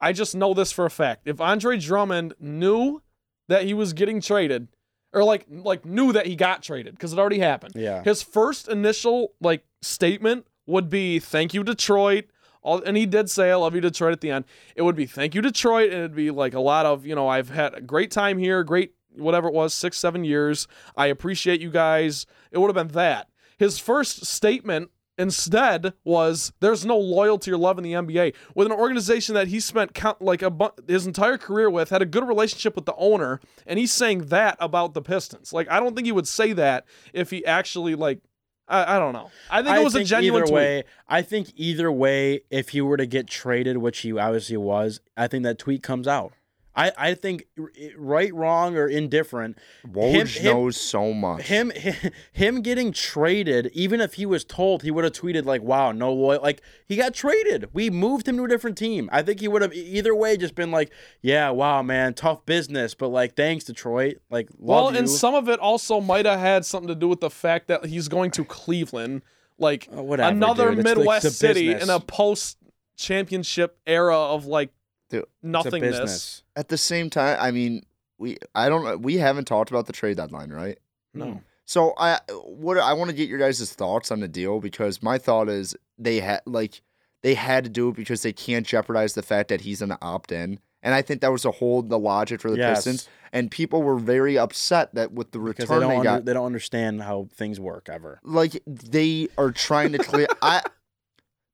I just know this for a fact. If Andre Drummond knew that he was getting traded, or like like knew that he got traded because it already happened. Yeah. His first initial like statement would be "Thank you, Detroit." All, and he did say "I love you, Detroit" at the end. It would be "Thank you, Detroit," and it'd be like a lot of you know I've had a great time here, great whatever it was, six seven years. I appreciate you guys. It would have been that. His first statement instead was there's no loyalty or love in the NBA with an organization that he spent count, like a bu- his entire career with had a good relationship with the owner and he's saying that about the Pistons like I don't think he would say that if he actually like I, I don't know I think it was a genuine either tweet way. I think either way, if he were to get traded, which he obviously was, I think that tweet comes out. I, I think r- right, wrong, or indifferent. him- Woj him- knows so much. him hi- him getting traded even if he was told he would have tweeted like wow no loyal like he got traded we moved him to a different team i think he would have e- either way just been like yeah wow man tough business but like thanks detroit like love well you." and some of it also might have had something to do with the fact that he's going to Cleveland like Oh, whatever, another dude. It's like Midwest the city business. in a post championship era of like Dude, it's It's a nothingness business. At the same time, I mean, we I don't we haven't talked about the trade deadline, right? Hmm. no So I what I want to get your guys' thoughts on the deal because my thought is they had like they had to do it because they can't jeopardize the fact that he's an opt in. And I think that was the whole the logic for the Yes. Pistons. And people were very upset that with the because return they they, don't, under- got they don't understand how things work ever like they are trying to clear I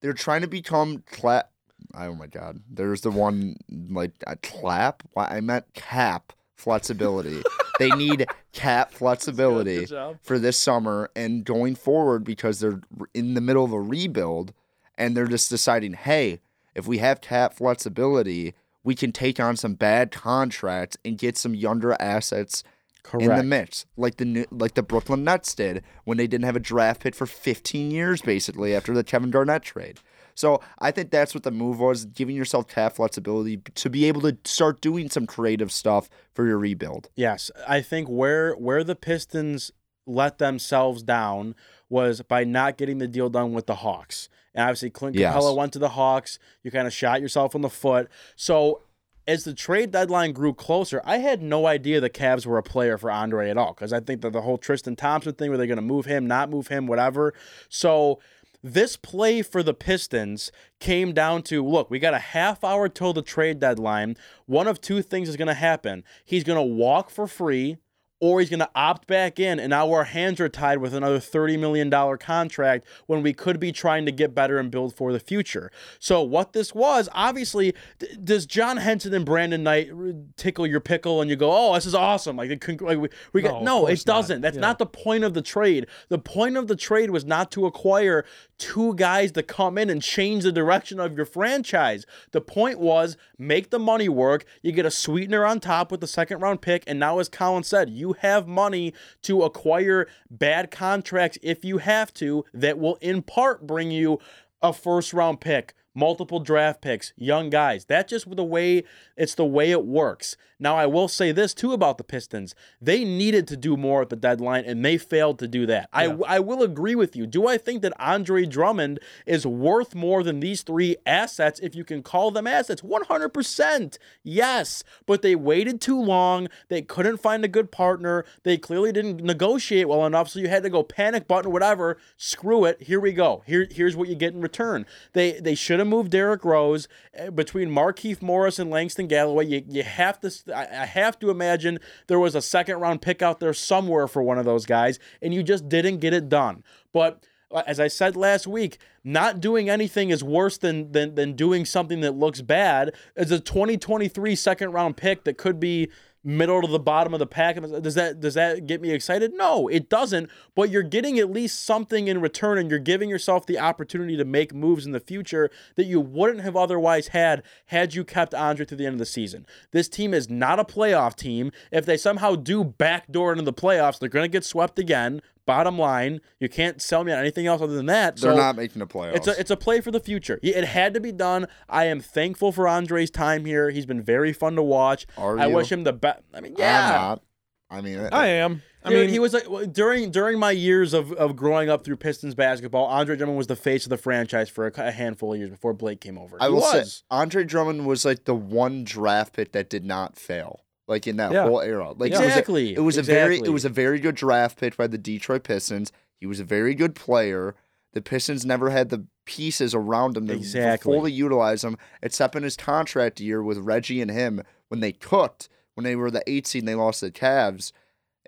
they're trying to become clap oh my god there's the one like a clap why I meant cap flexibility they need cap flexibility job. for this summer and going forward because they're in the middle of a rebuild and they're just deciding hey if we have cap flexibility we can take on some bad contracts and get some younger assets in the mix, like the new, like the Brooklyn Nets did when they didn't have a draft pick for 15 years, basically after the Kevin Garnett trade. So I think that's what the move was: giving yourself cap flexibility to be able to start doing some creative stuff for your rebuild. Yes, I think where where the Pistons let themselves down was by not getting the deal done with the Hawks. And obviously, Clint Yes. Capella went to the Hawks. You kind of shot yourself in the foot. So as the trade deadline grew closer, I had no idea the Cavs were a player for Andre at all because I think that the whole Tristan Thompson thing, where they're going to move him, not move him, whatever. So this play for the Pistons came down to look, we got a half hour till the trade deadline. One of two things is going to happen. He's going to walk for free or he's going to opt back in, and now our hands are tied with another $30 million contract when we could be trying to get better and build for the future. So, what this was, obviously, d- does John Henson and Brandon Knight r- tickle your pickle and you go, oh, this is awesome? Like, it con- like we, we No, got, of no, course it not. doesn't. That's Yeah. not the point of the trade. The point of the trade was not to acquire two guys to come in and change the direction of your franchise. The point was make the money work. You get a sweetener on top with the second round pick, and now as Colin said, you have money to acquire bad contracts if you have to that will in part bring you a first round pick multiple draft picks, young guys. That's just the way it's the way it works. Now I will say this too about the Pistons. They needed to do more at the deadline and they failed to do that. I I will agree with you. Do I think that Andre Drummond is worth more than these three assets if you can call them assets? 100%. Yes, but they waited too long. They couldn't find a good partner. They clearly didn't negotiate well enough so you had to go panic button whatever. Screw it. Here we go. Here here's what you get in return. They they should have moved Derrick Rose Uh, between Markeith Morris and Langston Galloway. You, you have to s- I I have to imagine there was a second round pick out there somewhere for one of those guys, and you just didn't get it done. But uh, as I said last week, not doing anything is worse than than than doing something that looks bad. It's a 2023 second round pick that could be middle to the bottom of the pack. And Does that does that get me excited? No, it doesn't. But you're getting at least something in return, and you're giving yourself the opportunity to make moves in the future that you wouldn't have otherwise had had you kept Andre to the end of the season. This team is not a playoff team. If they somehow do backdoor into the playoffs, they're going to get swept again. Bottom line, you can't sell me on anything else other than that. They're so not making the playoffs. it's a it's a play for the future. Yeah, It had to be done. I am thankful for Andre's time here. He's been very fun to watch. Are I you? wish him the best. I mean, I'm yeah. not. I mean, I am. I Dude, mean, he was like w- during during my years of, of growing up through Pistons basketball. Andre Drummond was the face of the franchise for a, cou- a handful of years before Blake came over. I He will was. say Andre Drummond was like the one draft pick that did not fail. Like in that Yeah. whole era. Like it was a- Exactly. It was a very it Exactly. was a very good draft pick by the Detroit Pistons. He was a very good player. The Pistons never had the pieces around him to Exactly. fully utilize him, except in his contract year with Reggie and him when they cooked when they were the eight seed and they lost to the Cavs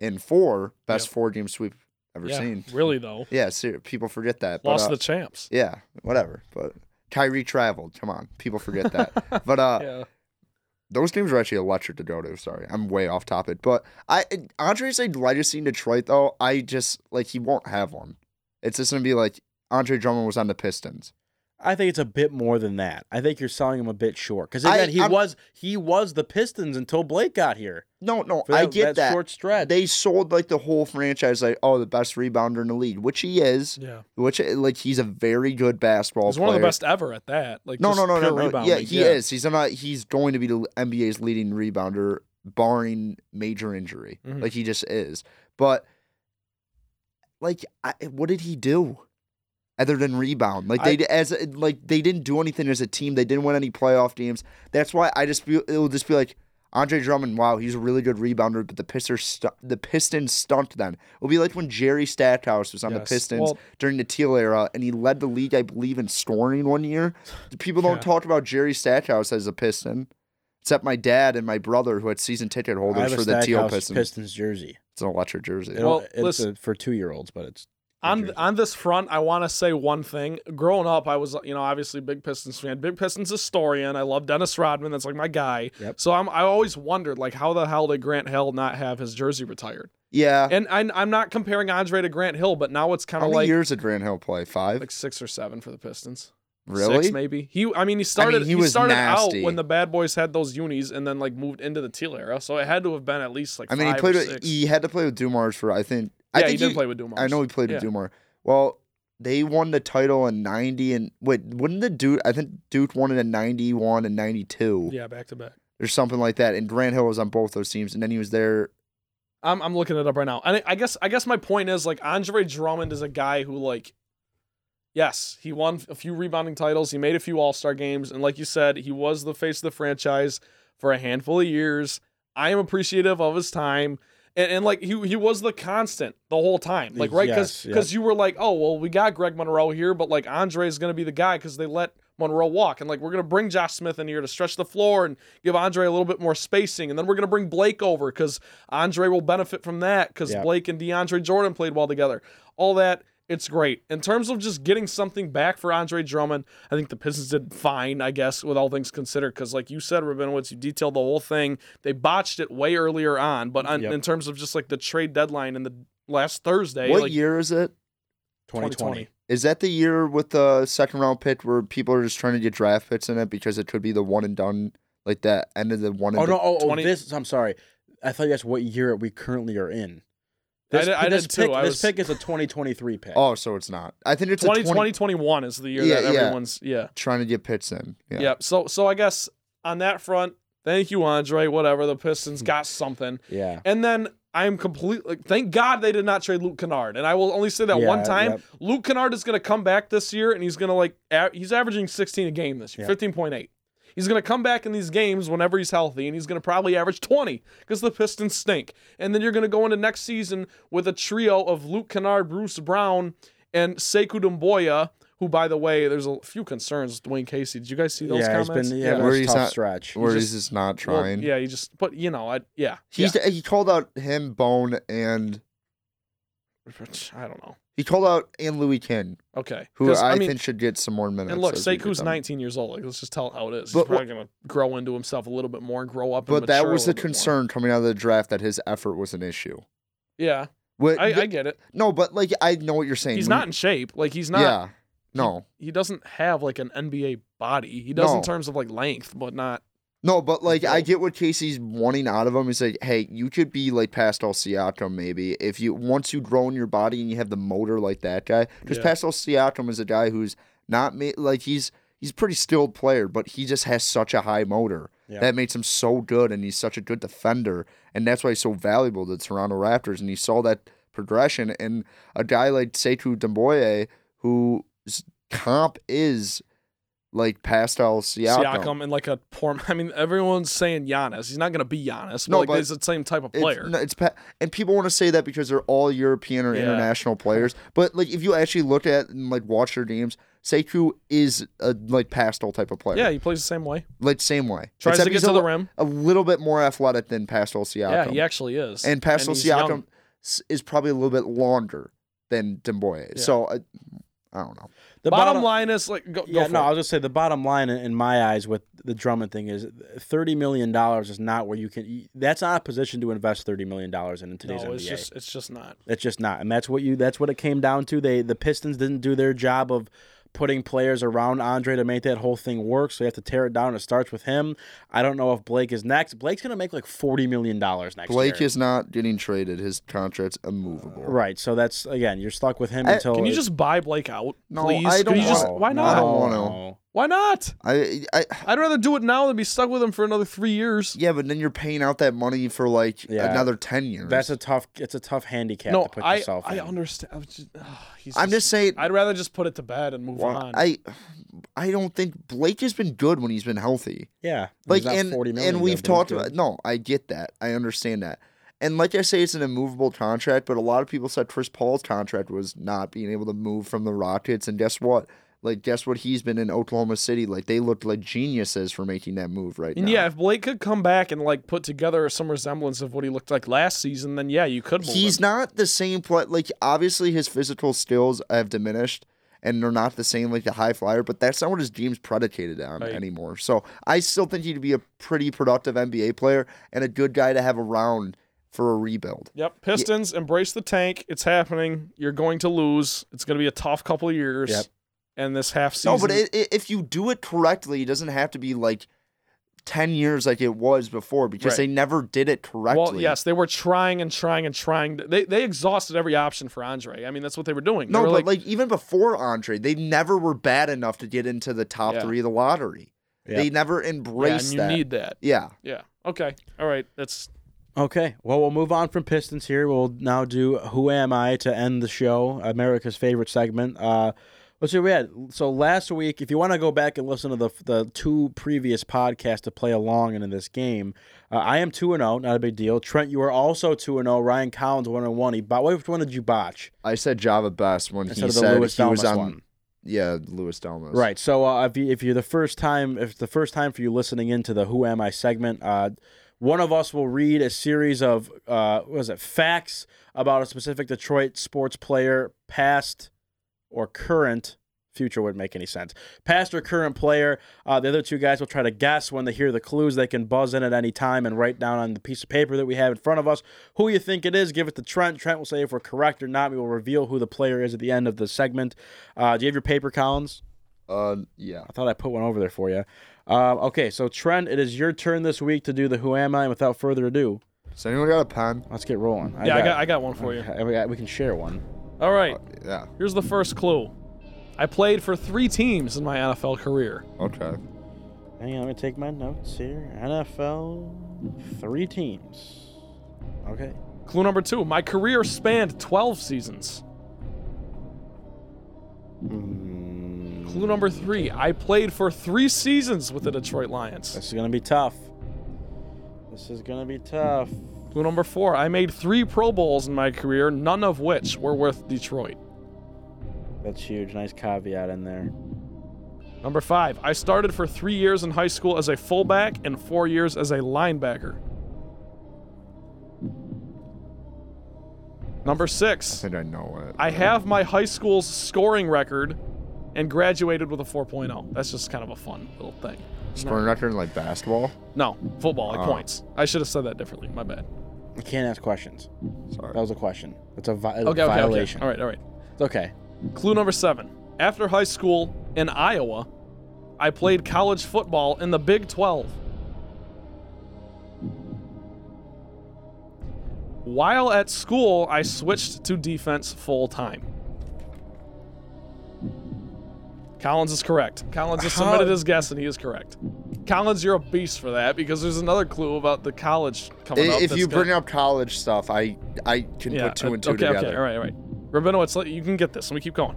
in four best four game sweep ever yeah, seen. really though, Yeah, ser- people forget that. but, lost uh, to the champs. yeah, whatever. But Kyrie traveled. Come on, people forget that. but uh, yeah, those games were actually electric to go to. Sorry, I'm way off topic. But I Andre's a legacy in Detroit though. I just like he won't have one. It's just gonna be like Andre Drummond was on the Pistons. I think it's a bit more than that. I think you're selling him a bit short because I- again, he I'm- was he was the Pistons until Blake got here. No, no, For I that- get that that. short stretch. They sold like the whole franchise, like oh, the best rebounder in the league, which he is. yeah. Which like he's a very good basketball He's player. one of the best ever at that. Like No, just no, no, pure no, no. rebounding. Yeah, he is. He's not. He's going to be the NBA's leading rebounder, barring major injury. Mhm. Like he just is. But like, I, what did he do other than rebound? Like they as like they didn't do anything as a team. They didn't win any playoff games. That's why I just feel it'll just be like. Andre Drummond, wow, he's a really good rebounder, but the Pistons, stu- the Pistons stumped them. It'll be like when Jerry Stackhouse was on the Yes. Pistons Well- during the Teal era, and he led the league, I believe, in scoring one year. People don't Yeah. talk about Jerry Stackhouse as a Piston, except my dad and my brother, who had season ticket I have holders a for the Teal Stackhouse Pistons. Pistons jersey. It's an electric jersey. It'll- Well, it's a- listen. for two year olds, but it's on on this front, I want to say one thing. Growing up, I was you know obviously big Pistons fan, big Pistons historian. I love Dennis Rodman. That's like my guy. Yep. So I'm I always wondered like how the hell did Grant Hill not have his jersey retired? yeah. And I, I'm not comparing Andre to Grant Hill, but now it's kind How of many like years did Grant Hill play? Five? like six or seven for the Pistons. really? Six maybe. He I mean he started he he, was started nasty. out when the Bad Boys had those unis and then like moved into the teal era. So it had to have been at least like I mean, he five played. or With, six. he had to play with Dumars for I think. I yeah, think he did play with Dumars. I know he played with Yeah. Dumars. Well, they won the title in ninety and wait, wouldn't the Duke? I think Duke won it in ninety one and ninety two Yeah, back to back. or something like that. And Grant Hill was on both those teams, and then he was there I'm, I'm looking it up right now. And I, I guess I guess my point is like Andre Drummond is a guy who like yes, he won a few rebounding titles, he made a few All-Star games and like you said, he was the face of the franchise, for a handful of years. I am appreciative of his time. And, and like he he was the constant the whole time. Like right Yes, because yes. you were like, "Oh, well, we got Greg Monroe here, but like Andre's going to be the guy cuz they let Monroe walk and like we're going to bring Josh Smith in here to stretch the floor and give Andre a little bit more spacing and then we're going to bring Blake over cuz Andre will benefit from that cuz Yeah. Blake and DeAndre Jordan played well together. All that it's great. In terms of just getting something back for Andre Drummond, I think the Pistons did fine, I guess, with all things considered. Because, like you said, Rabinowitz, you detailed the whole thing. They botched it way earlier on, but on, Yep. in terms of just like the trade deadline and the last Thursday, what like year is it? 2020. Is that the year with the second round pick where people are just trying to get draft picks in it because it could be the one and done, like that end of the one and Oh no! done- Oh, oh, 20 this. I'm sorry. I thought that's what year we currently are in. I This, did- I this did too. pick, I this was- pick is a 2023 pick. Oh, so it's not. I think it's 2020, a 20 2021 is the year Yeah, that yeah. everyone's, yeah. trying to get picks in. Yeah. yeah. So, so I guess on that front, thank you, Andre. Whatever. The Pistons got something. yeah. And then I'm completely thank God they did not trade Luke Kennard. And I will only say that one Yeah, time. yep. Luke Kennard is going to come back this year, and he's going to like a- he's averaging 16 a game this year, Yeah. 15.8. He's going to come back in these games whenever he's healthy, and he's going to probably average 20 because the Pistons stink. And then you're going to go into next season with a trio of Luke Kennard, Bruce Brown, and Sekou Dumboya. Who, by the way, there's a few concerns. with Dwayne Casey, did you guys see those yeah, comments? it's been yeah, Where that's a he's tough not- stretch. Where just- he's just not Well, trying. yeah, you just, but you know, I yeah, He's he called out him Bone and yeah. I don't know. he called out and Louis Kin, Okay, who 'Cause, I, mean, think should get some more minutes. And look, as we get Sekou's them. 19 years old. Like, let's just tell it how it is. He's But probably going to grow into himself a little bit more and grow up. and But that mature a was the little bit more. concern coming out of the draft that his effort was an issue. Yeah, What, I, I get it. no, but like I know what you're saying. He's Lou- not in shape. Like he's not. yeah. No. He doesn't have like an NBA body. He does No. in terms of like length, but not. No, but like I Yeah. get what Casey's wanting out of him. He's like, hey, you could be like Pascal Siakam maybe if you once you grow in your body and you have the motor like that guy. Because Yeah. Pascal Siakam is a guy who's not ma- like he's he's a pretty skilled player, but he just has such a high motor Yeah. that makes him so good, and he's such a good defender, and that's why he's so valuable to the Toronto Raptors. And he saw that progression, and a guy like Sekou Demboye, whose comp is like Pascal Siakam. and like a poor. I mean, everyone's saying Giannis. He's not going to be Giannis. But No, like but he's the same type of It's- player. no, It's, pa- and people want to say that because they're all European or Yeah. international players, but like if you actually look at and like watch their games, Sekou is a like Pastel type of player. yeah, he plays the same way. like same way. Tries Except to get he's to a, the li- rim. A little bit more athletic than Pastel Yeah, Siakam. he actually is. and Pastel he's young. Siakam s- is probably a little bit longer than Demboye. Yeah. So I, I don't know. The Bottom, line is like go, go Yeah, for no, it. I'll just say the bottom line in, in my eyes with the Drummond thing is thirty million dollars is not where you can. That's not a position to invest thirty million dollars in in No, today's NBA. it's just it's just not. It's just not, and that's what you. That's what it came down to. They the Pistons didn't do their job of putting players around Andre to make that whole thing work. So you have to tear it down. It starts with him. I don't know if Blake is next. Blake's gonna make like forty million dollars next year. Blake is not getting traded. His contract's immovable. right. So that's again, you're stuck with him I- until. Can you it- just buy Blake out, No, please? I Can don't you just, wanna. why No, not? I don't wanna. Why not? I, I I'd rather do it now than be stuck with him for another three years. yeah, but then you're paying out that money for like Yeah. another ten years. That's a tough. It's a tough handicap no, to put I, yourself I in. understand. I'm just, ah, he's I'm just saying. I'd rather just put it to bed and move Well, on. I I don't think Blake has been good when he's been healthy. yeah, Like he's not and 40 million, and though, we've but he's talked good. about no, I get that. I understand that. And like I say, it's an immovable contract, but a lot of people said Chris Paul's contract was not being able to move from the Rockets. And guess what? Like, guess what? He's been in Oklahoma City. Like, they looked like geniuses for making that move right and now. yeah, if Blake could come back and like put together some resemblance of what he looked like last season, then yeah, you could. Move He's him. not the same play. Like, obviously, his physical skills have diminished and they're not the same, like the high flyer, but that's not what his game's predicated on Right. anymore. So I still think he'd be a pretty productive NBA player and a good guy to have around for a rebuild. Yep, Pistons embrace the tank. It's happening. You're going to lose. It's going to be a tough couple of years. Yep. And this half season. No, but i i if you do it correctly, it doesn't have to be like 10 years like it was before because Right. they never did it correctly. Well, yes, they were trying and trying and trying. They they exhausted every option for Andre. I mean, that's what they were doing. They No, were but like, even before Andre, they never were bad enough to get into the top Yeah. three of the lottery. Yeah. They never yeah, embraced and you that. need that. yeah. Yeah. Okay. All right. That's Okay, well, we'll move on from Pistons here. We'll now do Who Am I to end the show, America's favorite segment. Uh, Let's see what we had. So last week, if you want to go back and listen to the the two previous podcasts to play along into this game, uh, I am two and zero, not a big deal. Trent, you are also two and zero. Ryan Collins one and one. He bo- which one did you botch? I said Java best when Instead he of the said Louis he was Delmas on. one. Yeah, Louis Delmas. Right. So uh, if, you, if you're the first time, if it's the first time for you listening into the Who Am I segment, uh, one of us will read a series of uh, what is it facts about a specific Detroit sports player, past or current. Future wouldn't make any sense. Past or current player, uh, the other two guys will try to guess when they hear the clues. They can buzz in at any time and write down on the piece of paper that we have in front of us who you think it is. Give it to Trent. Trent will say if we're correct or not. We will reveal who the player is at the end of the segment. Uh, do you have your paper, Collins? Uh, yeah. I thought I put one over there for you. Um, okay, so Trent, it is your turn this week to do the Who Am I? And without further ado, Has anyone got a pen? let's get rolling. Yeah, I got I got one for you. I got. We can share one. All right, Yeah. here's the first clue. I played for three teams in my NFL career. Okay. Hang on, let me take my notes here. NFL, three teams. Okay. Clue number two: My career spanned 12 seasons. Hmm. Clue number three: I played for three seasons with the Detroit Lions. This is gonna be tough. This is gonna be tough. Clue number four: I made three Pro Bowls in my career, none of which were with Detroit. That's huge. Nice caveat in there. Number five, I started for three years in high school as a fullback and four years as a linebacker. Number I six, think I know it. I have my high school's scoring record and graduated with a 4.0. That's just kind of a fun little thing. Scoring record in like basketball. No, football, like Oh. points. I should have said that differently. My bad. I can't ask questions. Sorry. That was a question. That's a, vi- Okay, okay, okay. violation. All right, all right. It's okay. Clue number seven. After high school in Iowa, I played college football in the Big 12. While at school, I switched to defense full time. Collins is correct. Collins has How- submitted his guess and he is correct. Collins, you're a beast for that because there's another clue about the college coming up. I- if that's you gonna- bring up college stuff, I I can put two uh, and two okay, together. Okay, all right, all right. Rabinowitz, let- you can get this. Let me keep going.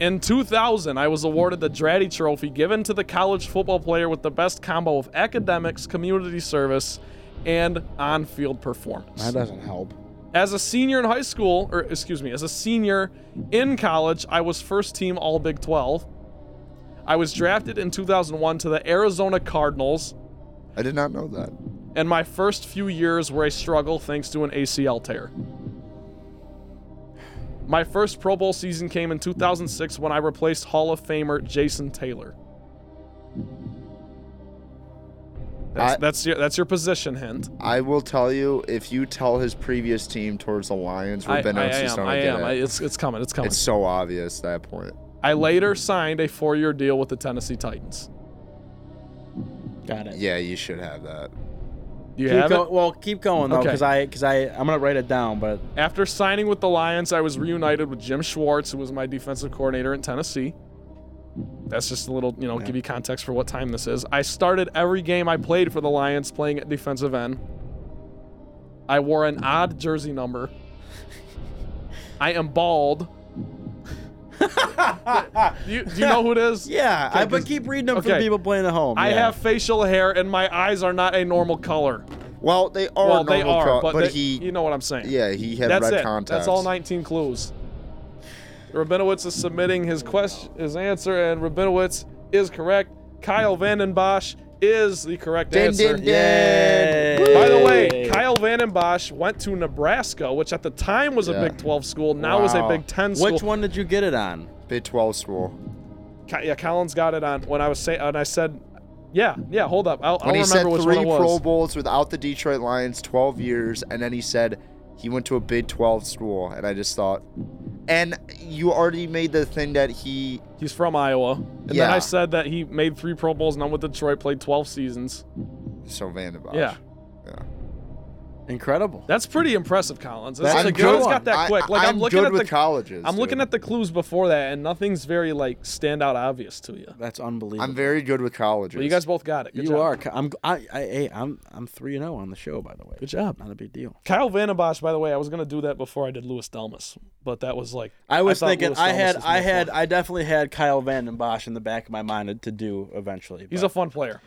In 2000, I was awarded the Dratty Trophy given to the college football player with the best combo of academics, community service, and on field That performance. doesn't help. As a senior in high school, or excuse me, as a senior in college, I was first team All Big 12. I was drafted in 2001 to the Arizona Cardinals, I did not know that. and my first few years were a struggle thanks to an ACL tear. My first Pro Bowl season came in 2006 when I replaced Hall of Famer Jason Taylor. That's, I- that's your that's your position hint. I will tell you if you tell his previous team towards the Lions, I, I, I Rabinowitz is am. gonna I get am. I, it. it's it's coming. It's coming. it's so obvious at that point. I later signed a four-year deal with the Tennessee Titans. Got it. Yeah, you should have that. Do you Keep have go- it? Well, keep going though, Okay. because I, because I, I'm gonna write it down, but After signing with the Lions, I was reunited with Jim Schwartz, who was my defensive coordinator in Tennessee. That's just a little, you know, give you context for what time this is. I started every game I played for the Lions playing at defensive end. I wore an odd jersey number. I am bald. do, you, do you know who it is? Yeah, Okay, I, but 'cause- keep reading them for the okay. people playing at home. I yeah. have facial hair and my eyes are not a normal color. Well, they are well, normal they are, pro- but, but they- he you know what I'm saying. yeah, he had That's red it. contacts. That's all 19 clues. Rabinowitz is submitting his question, his answer, and Rabinowitz is correct. Kyle Vandenbosch is the correct Ding, answer. ding, ding. Yay. Woo. By the way, Kyle Vandenbosch went to Nebraska, which at the time was Yeah. a Big 12 school, now is a Wow. Big 10 school. Which one did you get it on? Big 12 school. Ki- Yeah, Collins got it on when I was saying, and I said, yeah, yeah, hold up. I'll, I'll When he remember said which three one it was. Pro Bowls without the Detroit Lions, 12 years, and then he said he went to a Big 12 school, and I just thought, and you already made the thing that he He's from Iowa. And then Yeah. I said that he made three Pro Bowls, none with Detroit, played 12 seasons. so Vandenbosch. Yeah. Yeah. Incredible. That's pretty impressive, Collins. That's That's a a good good has one. got that I- quick. Like I- I'm, I'm looking good at with the colleges, I'm looking dude. at the clues before that, and nothing's very like standout obvious to you. That's unbelievable. I'm very good with colleges. But you guys both got it. Good you job. are. co- I'm. I. I. Hey, I'm. I'm three and zero on the show. By the way, Good job. not a big deal. Kyle Vandenbosch, by the way, I was gonna do that before I did Louis Delmas, but that was like I was thought thinking. Louis I Delmas had. was more I had. fun. I definitely had Kyle Van Den Bosch in the back of my mind to do eventually. He's but a fun player.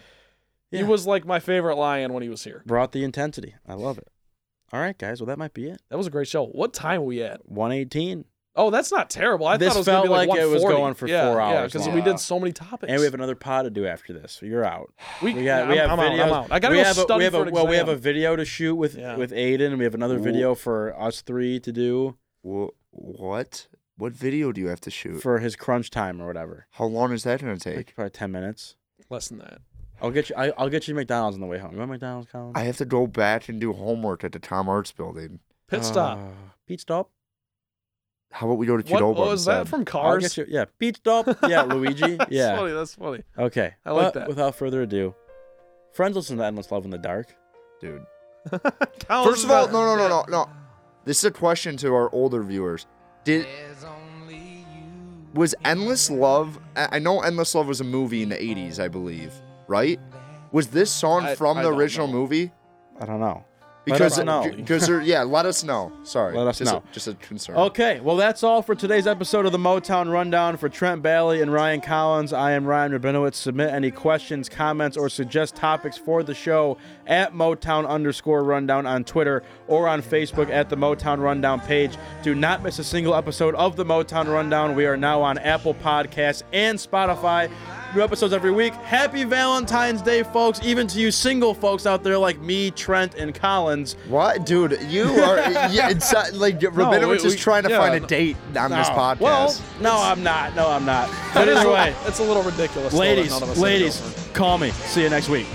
Yeah. He was like my favorite lion when he was here. brought the intensity. I love it. All right, guys. Well, that might be it. That was a great show. What time we at? One eighteen, Oh, that's not terrible. I This thought it was gonna felt be like, like it was 140. going for yeah, four Yeah, hours because long. we did so many topics. and we have another pod to do after this. So you're out. we, We got. we yeah, have I'm, I'm videos. out. I'm out. I gotta we go have a, study we have for a, an Well, we exam. have a video to shoot with Yeah. with Aiden, and we have another Ooh. video for us three to do Wha- what? What video do you have to shoot? for his crunch time or whatever. How long is that gonna take? Probably ten minutes. less than that. I'll get you. I, I'll get you McDonald's on the way home. You want McDonald's, Colin? I have to go back and do homework at the Tom Arts Building. Pit stop. Uh, pit stop. How about we go to what Qdoba? was that instead? from I'll Cars? get you. Yeah, pit stop. Yeah, Luigi. that's Yeah. funny. That's funny. Okay. I like But that. Without further ado, friends listen to Endless Love in the Dark. dude? Collins First is of all, out. no, no, no, no, no. This is a question to our older viewers. Did was Endless Love? I I know Endless Love was a movie in the '80s, I believe, right? Was this song I- from I the don't original know. movie? I don't know. Let us Because know. because there- yeah, let us know. Sorry, Let us just know. A, just a concern. Okay, well, that's all for today's episode of the Motown Rundown. For Trent Bailey and Ryan Collins, I am Ryan Rabinowitz. Submit any questions, comments, or suggest topics for the show at Motown underscore Rundown on Twitter or on Facebook at the Motown Rundown page. Do not miss a single episode of the Motown Rundown. We are now on Apple Podcasts and Spotify. New episodes every week. Happy Valentine's Day, folks, even to you single folks out there like me, Trent, and Collins. What, dude? You are yeah. It's uh, like Rabinowitz we- is we- trying to yeah, find no. a date on this No. podcast. Well, no, I'm not. No, I'm not. But That is either a- way, that's a little ridiculous. though, that ladies, none of us have ladies, done. call me. See you next week.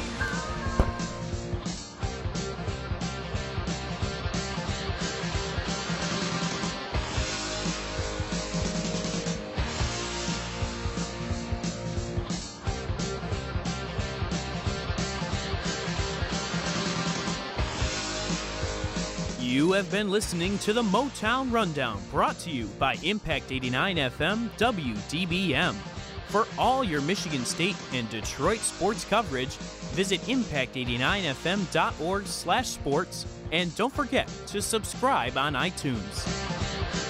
You have been listening to the Motown Rundown, brought to you by Impact 89 FM WDBM. For all your Michigan State and Detroit sports coverage, visit impact89fm.org/sports and don't forget to subscribe on iTunes.